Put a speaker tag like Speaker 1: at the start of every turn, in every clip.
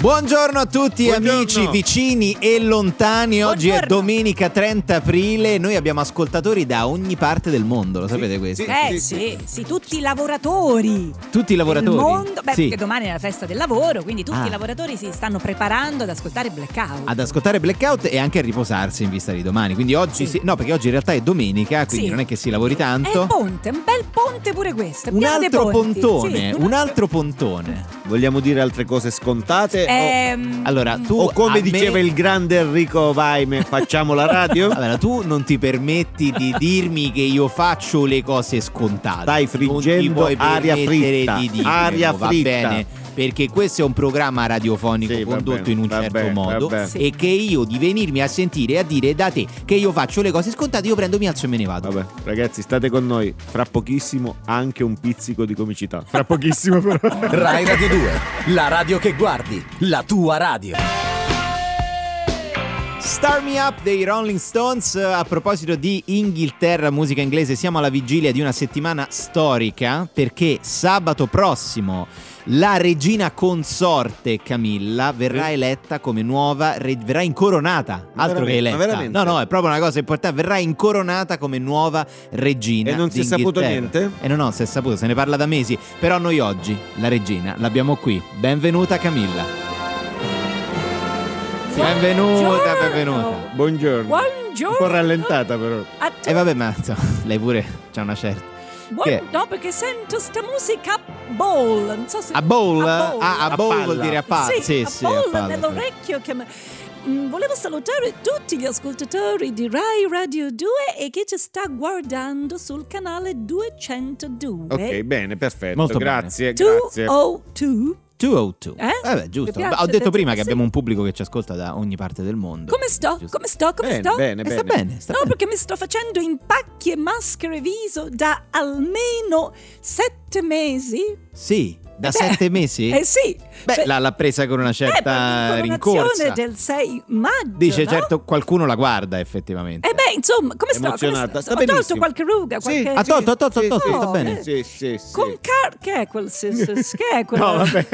Speaker 1: Buongiorno a tutti
Speaker 2: Buongiorno.
Speaker 1: amici vicini e lontani, oggi è
Speaker 3: Buongiorno.
Speaker 1: domenica 30 aprile, noi abbiamo ascoltatori da ogni parte del mondo, lo sapete questo?
Speaker 2: sì.
Speaker 3: Eh sì, sì, tutti i lavoratori.
Speaker 1: Tutti i lavoratori.
Speaker 3: Del mondo, beh,
Speaker 1: Sì.
Speaker 3: perché domani è la festa del lavoro, quindi tutti
Speaker 1: Ah.
Speaker 3: i lavoratori si stanno preparando ad ascoltare Blackout.
Speaker 1: Ad ascoltare Blackout e anche a riposarsi in vista di domani, quindi oggi,
Speaker 3: Sì.
Speaker 1: si- no perché oggi in realtà è domenica, quindi
Speaker 3: Sì.
Speaker 1: non è che si lavori
Speaker 3: è un
Speaker 1: tanto.
Speaker 3: ponte, un bel ponte pure questo. è
Speaker 1: Un
Speaker 3: pieno dei
Speaker 1: altro
Speaker 3: ponti.
Speaker 1: pontone,
Speaker 3: Sì,
Speaker 1: un altro pontone.
Speaker 2: Vogliamo dire altre cose scontate? Oh, mm.
Speaker 3: Ehm,
Speaker 1: Oh, Allora, tu
Speaker 2: o, o come
Speaker 1: a me-
Speaker 2: diceva il grande Enrico Vaime, facciamo la radio?
Speaker 1: Allora, tu non ti permetti di dirmi che io faccio le cose scontate.
Speaker 2: Stai friggendo
Speaker 1: non ti puoi
Speaker 2: aria
Speaker 1: permettere
Speaker 2: fritta,
Speaker 1: Di dirmelo,
Speaker 2: aria
Speaker 1: va
Speaker 2: fritta.
Speaker 1: bene? Perché questo è un programma radiofonico
Speaker 2: Sì, va
Speaker 1: condotto
Speaker 2: bene,
Speaker 1: in un
Speaker 2: va
Speaker 1: certo
Speaker 2: bene, va
Speaker 1: modo.
Speaker 2: bene.
Speaker 3: Sì.
Speaker 1: E che io di venirmi a sentire e a dire da te che io faccio le cose scontate, io prendo, mi alzo e me ne vado.
Speaker 2: Vabbè, ragazzi, state con noi. Fra pochissimo anche un pizzico di comicità. Fra
Speaker 1: pochissimo, però.
Speaker 4: Rai Radio 2, la radio che guardi, la tua radio.
Speaker 1: Star Me Up dei Rolling Stones. eh, A proposito di Inghilterra, musica inglese, siamo alla vigilia di una settimana storica perché sabato prossimo la regina consorte Camilla verrà eletta come nuova re- verrà incoronata.
Speaker 2: Ma
Speaker 1: Altro che
Speaker 2: veramente? Ma
Speaker 1: eletta.
Speaker 2: veramente?
Speaker 1: No, no, è proprio una cosa importante, verrà incoronata come nuova regina
Speaker 2: E non si è saputo
Speaker 1: d'Inghilterra.
Speaker 2: niente?
Speaker 1: Eh no, no, si è saputo, se ne parla da mesi, però noi oggi la regina l'abbiamo qui. Benvenuta Camilla. Benvenuta,
Speaker 3: Buongiorno.
Speaker 1: benvenuta.
Speaker 2: Buongiorno.
Speaker 3: Buongiorno.
Speaker 2: Un po' rallentata però.
Speaker 3: A tu-
Speaker 1: E vabbè, ma insomma, lei pure c'ha una certa.
Speaker 3: buon-
Speaker 1: che-
Speaker 3: No, perché sento sta musica bowl. Non so se
Speaker 1: A bowl?
Speaker 3: A bowl.
Speaker 1: Ah, a,
Speaker 2: A
Speaker 1: bowl
Speaker 2: palla.
Speaker 1: vuol dire a palla. Sì, sì,
Speaker 3: a bolla
Speaker 1: a palla, certo. sì.
Speaker 3: nell'orecchio che mi- Mm, Volevo salutare tutti gli ascoltatori di Rai Radio 2 e che ci sta guardando sul canale 202.
Speaker 2: Ok, bene, perfetto.
Speaker 1: Molto bene.
Speaker 2: grazie, grazie.
Speaker 3: oh, 202.
Speaker 1: 202.
Speaker 3: Eh?
Speaker 1: Vabbè,
Speaker 3: Mi
Speaker 1: giusto.
Speaker 3: piace,
Speaker 1: Ho detto
Speaker 3: detto-
Speaker 1: prima che
Speaker 3: sì.
Speaker 1: abbiamo un pubblico che ci ascolta da ogni parte del mondo.
Speaker 3: Come sto?
Speaker 1: Giusto.
Speaker 3: Come sto? Come
Speaker 2: Bene,
Speaker 3: sto?
Speaker 2: bene,
Speaker 1: E
Speaker 2: bene.
Speaker 1: sta bene, sta
Speaker 3: No,
Speaker 1: bene.
Speaker 3: perché mi sto facendo impacchi e maschere viso da almeno sette mesi.
Speaker 1: Sì, da
Speaker 3: Eh,
Speaker 1: sette mesi?
Speaker 3: Eh sì.
Speaker 1: Beh,
Speaker 3: Per-
Speaker 1: l'ha, l'ha presa con una
Speaker 3: eh, per
Speaker 1: certa rincorsa.
Speaker 3: l'incoronazione del 6 maggio.
Speaker 1: Dice,
Speaker 3: no?
Speaker 1: certo, qualcuno la guarda effettivamente.
Speaker 3: Eh beh, insomma, come sto? Come sto?
Speaker 2: Emozionata. Sta
Speaker 3: Ho tolto
Speaker 2: benissimo.
Speaker 3: qualche ruga,
Speaker 2: Sì,
Speaker 3: qualche...
Speaker 1: Ha tolto, ha tolto, ha
Speaker 2: sì,
Speaker 1: tolto,
Speaker 2: sì,
Speaker 1: sta
Speaker 3: sì.
Speaker 1: bene.
Speaker 2: Sì, sì, sì.
Speaker 3: Con car... Che è quel... se- se- Che è quel...
Speaker 2: No, vabbè.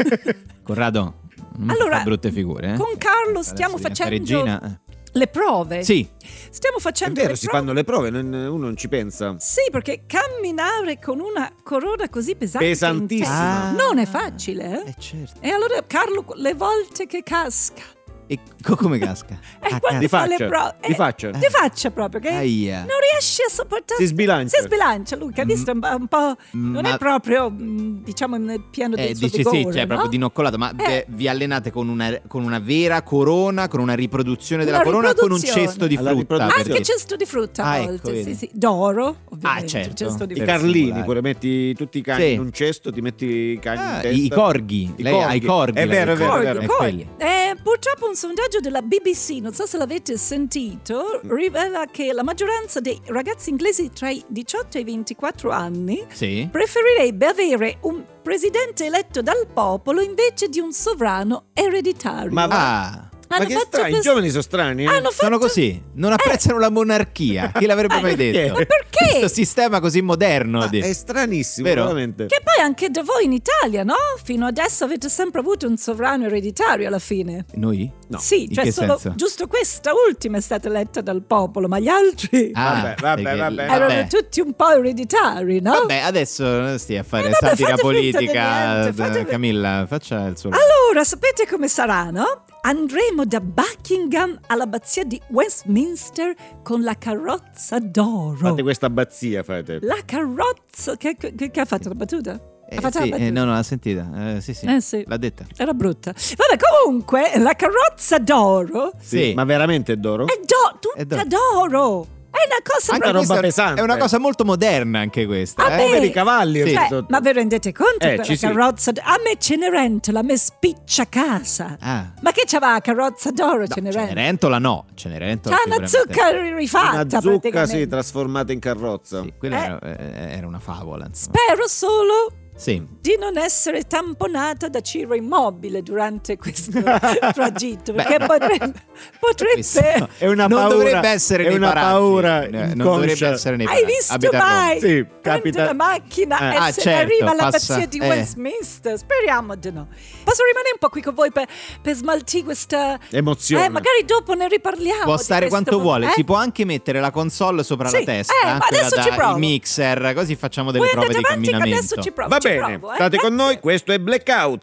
Speaker 1: Corrado, mm,
Speaker 3: Allora,
Speaker 1: fa brutte figure. eh.
Speaker 3: con Carlo
Speaker 1: Adesso
Speaker 3: stiamo
Speaker 1: diventa
Speaker 3: facendo- Eh?
Speaker 1: Regina. eh.
Speaker 3: Le prove.
Speaker 1: Sì,
Speaker 3: Stiamo
Speaker 2: È
Speaker 3: facendo
Speaker 2: vero,
Speaker 3: le
Speaker 2: si
Speaker 3: prove.
Speaker 2: fanno le prove, non- uno non ci pensa.
Speaker 3: Sì, perché camminare con una corona così pesante...
Speaker 2: Pesantissima.
Speaker 3: in testa, Non è facile, eh?
Speaker 1: eh certo.
Speaker 3: E allora Carlo, le volte che casca...
Speaker 1: E co- come casca?
Speaker 3: Eh,
Speaker 1: Ah,
Speaker 3: quando
Speaker 2: Di
Speaker 3: fa le
Speaker 2: faccia,
Speaker 3: prove-
Speaker 2: di
Speaker 3: eh,
Speaker 2: faccia.
Speaker 3: Di faccia proprio, che...
Speaker 1: Aia.
Speaker 3: Non riesce a sopportare...
Speaker 2: Si sbilancia. Mm.
Speaker 3: Si sbilancia, lui, che ha visto un po'... un po'- non
Speaker 1: Ma-
Speaker 3: è proprio, mm, diciamo, nel piano
Speaker 1: Eh,
Speaker 3: del suo
Speaker 1: dici sì,
Speaker 3: vigore,
Speaker 1: cioè
Speaker 3: no?
Speaker 1: proprio dinoccolato, ma
Speaker 3: Eh.
Speaker 1: eh, vi allenate con una, con una vera corona, con una riproduzione della
Speaker 3: Una
Speaker 1: corona, con un
Speaker 3: riproduzione.
Speaker 1: cesto di
Speaker 2: Alla
Speaker 1: frutta.
Speaker 2: riproduzione.
Speaker 1: perché-
Speaker 3: Anche cesto di frutta a
Speaker 1: Ah, ecco,
Speaker 3: volte,
Speaker 1: vedi.
Speaker 3: sì, sì. D'oro, ovviamente.
Speaker 2: Ah,
Speaker 1: certo.
Speaker 3: Cesto di
Speaker 2: I
Speaker 1: Per
Speaker 3: frutta.
Speaker 2: carlini,
Speaker 1: simulare.
Speaker 2: pure metti tutti i cani
Speaker 1: Sì.
Speaker 2: in un cesto, ti metti i cani in
Speaker 1: Ah,
Speaker 2: testa.
Speaker 1: i corghi,
Speaker 2: I
Speaker 1: lei ha i corghi.
Speaker 2: È vero, è vero, è
Speaker 3: Corgi,
Speaker 2: vero.
Speaker 1: È
Speaker 3: corgi.
Speaker 1: quelli.
Speaker 3: Eh, purtroppo un sondaggio della BBC, non so se l'avete sentito,
Speaker 2: Mm.
Speaker 3: rivela che la maggioranza dei ragazzi inglesi tra i 18 e i 24 anni
Speaker 1: Sì.
Speaker 3: preferirebbe avere un presidente eletto dal popolo invece di un sovrano ereditario.
Speaker 2: Ma va-
Speaker 1: Ah,
Speaker 2: Ma
Speaker 3: Hanno
Speaker 2: che
Speaker 3: fatto
Speaker 2: strani, i
Speaker 3: questo-
Speaker 2: giovani sono strani. eh?
Speaker 3: Hanno
Speaker 1: sono
Speaker 3: fatto-
Speaker 1: così, non apprezzano la monarchia. Chi l'avrebbe
Speaker 3: Eh,
Speaker 1: mai
Speaker 2: perché?
Speaker 1: detto?
Speaker 2: Ma
Speaker 3: perché?
Speaker 1: Questo sistema così moderno.
Speaker 2: Ma
Speaker 1: di-
Speaker 2: è stranissimo,
Speaker 1: Vero?
Speaker 2: veramente.
Speaker 3: Che poi anche da voi in Italia, no? Fino adesso avete sempre avuto un sovrano ereditario alla fine.
Speaker 1: Noi?
Speaker 2: No.
Speaker 3: Sì,
Speaker 1: In
Speaker 3: cioè
Speaker 1: che
Speaker 3: solo
Speaker 1: senso?
Speaker 3: giusto questa ultima è stata eletta dal popolo, ma gli altri
Speaker 1: Ah,
Speaker 2: Vabbè, vabbè,
Speaker 1: perché-
Speaker 2: vabbè.
Speaker 3: erano
Speaker 1: vabbè.
Speaker 3: tutti un po' ereditari, no?
Speaker 1: Vabbè, adesso non stia a fare
Speaker 3: Eh, vabbè,
Speaker 1: satira
Speaker 3: fate finta di
Speaker 1: politica.
Speaker 3: niente, fate- Ah,
Speaker 1: Camilla, faccia il suo.
Speaker 3: Allora, sapete come sarà, no? Andremo da Buckingham all'abbazia di Westminster con la carrozza d'oro.
Speaker 2: Fate questa abbazia, fate.
Speaker 3: La carrozza che, che- che ha fatto la battuta?
Speaker 1: Eh,
Speaker 3: ha fatto
Speaker 1: sì,
Speaker 3: la
Speaker 1: eh,
Speaker 3: battuta?
Speaker 1: no, no, l'ha sentita. Eh, sì, sì.
Speaker 3: Eh, sì.
Speaker 1: L'ha detta.
Speaker 3: Era brutta. Vabbè, comunque, la carrozza d'oro
Speaker 1: Sì.
Speaker 2: Ma veramente è d'oro?
Speaker 3: è do- tutta
Speaker 1: È d'oro.
Speaker 3: d'oro. È una cosa
Speaker 1: Anche
Speaker 2: Una
Speaker 3: proprio-
Speaker 2: roba
Speaker 1: questa-
Speaker 2: pesante.
Speaker 1: È una cosa molto moderna anche questa.
Speaker 3: Ah,
Speaker 1: eh.
Speaker 3: beh,
Speaker 2: Poveri cavalli.
Speaker 1: Sì.
Speaker 3: Cioè,
Speaker 2: ho detto.
Speaker 3: ma vi rendete conto
Speaker 2: Eh,
Speaker 3: quella
Speaker 2: ci si-
Speaker 3: carrozza? d- A me Cenerentola, a me spiccia casa.
Speaker 1: Ah.
Speaker 3: Ma che c'aveva la carrozza d'oro
Speaker 1: No,
Speaker 3: Cenerentola?
Speaker 1: Cenerentola no, Cenerentola
Speaker 3: C'ha una
Speaker 1: sicuramente-
Speaker 3: zucca ri- rifatta
Speaker 2: Una zucca
Speaker 3: praticamente.
Speaker 2: si trasformata in carrozza.
Speaker 1: Sì, quella
Speaker 3: Eh.
Speaker 1: era, eh, era una favola. insomma.
Speaker 3: Spero solo
Speaker 5: Sì.
Speaker 3: di non essere tamponata da Ciro Immobile durante questo tragitto, perché
Speaker 5: Beh,
Speaker 3: potrebbe,
Speaker 5: Questo
Speaker 3: potrebbe
Speaker 2: Cioè, È una
Speaker 5: non
Speaker 2: paura.
Speaker 5: dovrebbe essere
Speaker 2: è
Speaker 5: nei
Speaker 2: una
Speaker 5: paraggi.
Speaker 2: paura
Speaker 5: Eh,
Speaker 2: inconscia.
Speaker 5: non dovrebbe essere nei
Speaker 3: Hai
Speaker 5: paraggi.
Speaker 3: visto
Speaker 5: Abita a Roma.
Speaker 3: mai?
Speaker 2: Sì,
Speaker 3: Prendi
Speaker 2: capita-
Speaker 3: la macchina
Speaker 5: Eh,
Speaker 3: e
Speaker 5: ah,
Speaker 3: se
Speaker 5: certo,
Speaker 3: arriva all'abbazia
Speaker 5: passa-
Speaker 3: di
Speaker 5: eh.
Speaker 3: Westminster. Speriamo di no. Posso rimanere un po' qui con voi per, per smaltire questa
Speaker 2: Emozione.
Speaker 3: Eh, magari dopo ne riparliamo.
Speaker 5: Può
Speaker 3: di
Speaker 5: stare
Speaker 3: Ah, questo
Speaker 5: quanto vuole,
Speaker 3: momento,
Speaker 5: si
Speaker 3: eh?
Speaker 5: può anche mettere la console sopra
Speaker 3: Sì,
Speaker 5: la testa,
Speaker 3: eh, ma
Speaker 5: quella
Speaker 3: adesso ci
Speaker 5: da-
Speaker 3: provo.
Speaker 5: il mixer, così facciamo delle
Speaker 3: Voi
Speaker 5: prove
Speaker 3: andate
Speaker 5: di
Speaker 3: avanti che
Speaker 5: camminamento.
Speaker 3: adesso ci provo.
Speaker 2: Va
Speaker 3: ci
Speaker 2: bene,
Speaker 3: provo, eh.
Speaker 2: state con
Speaker 3: Grazie.
Speaker 2: noi, questo è Blackout.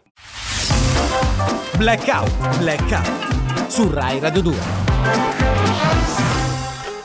Speaker 1: Blackout, blackout su Rai Radio 2.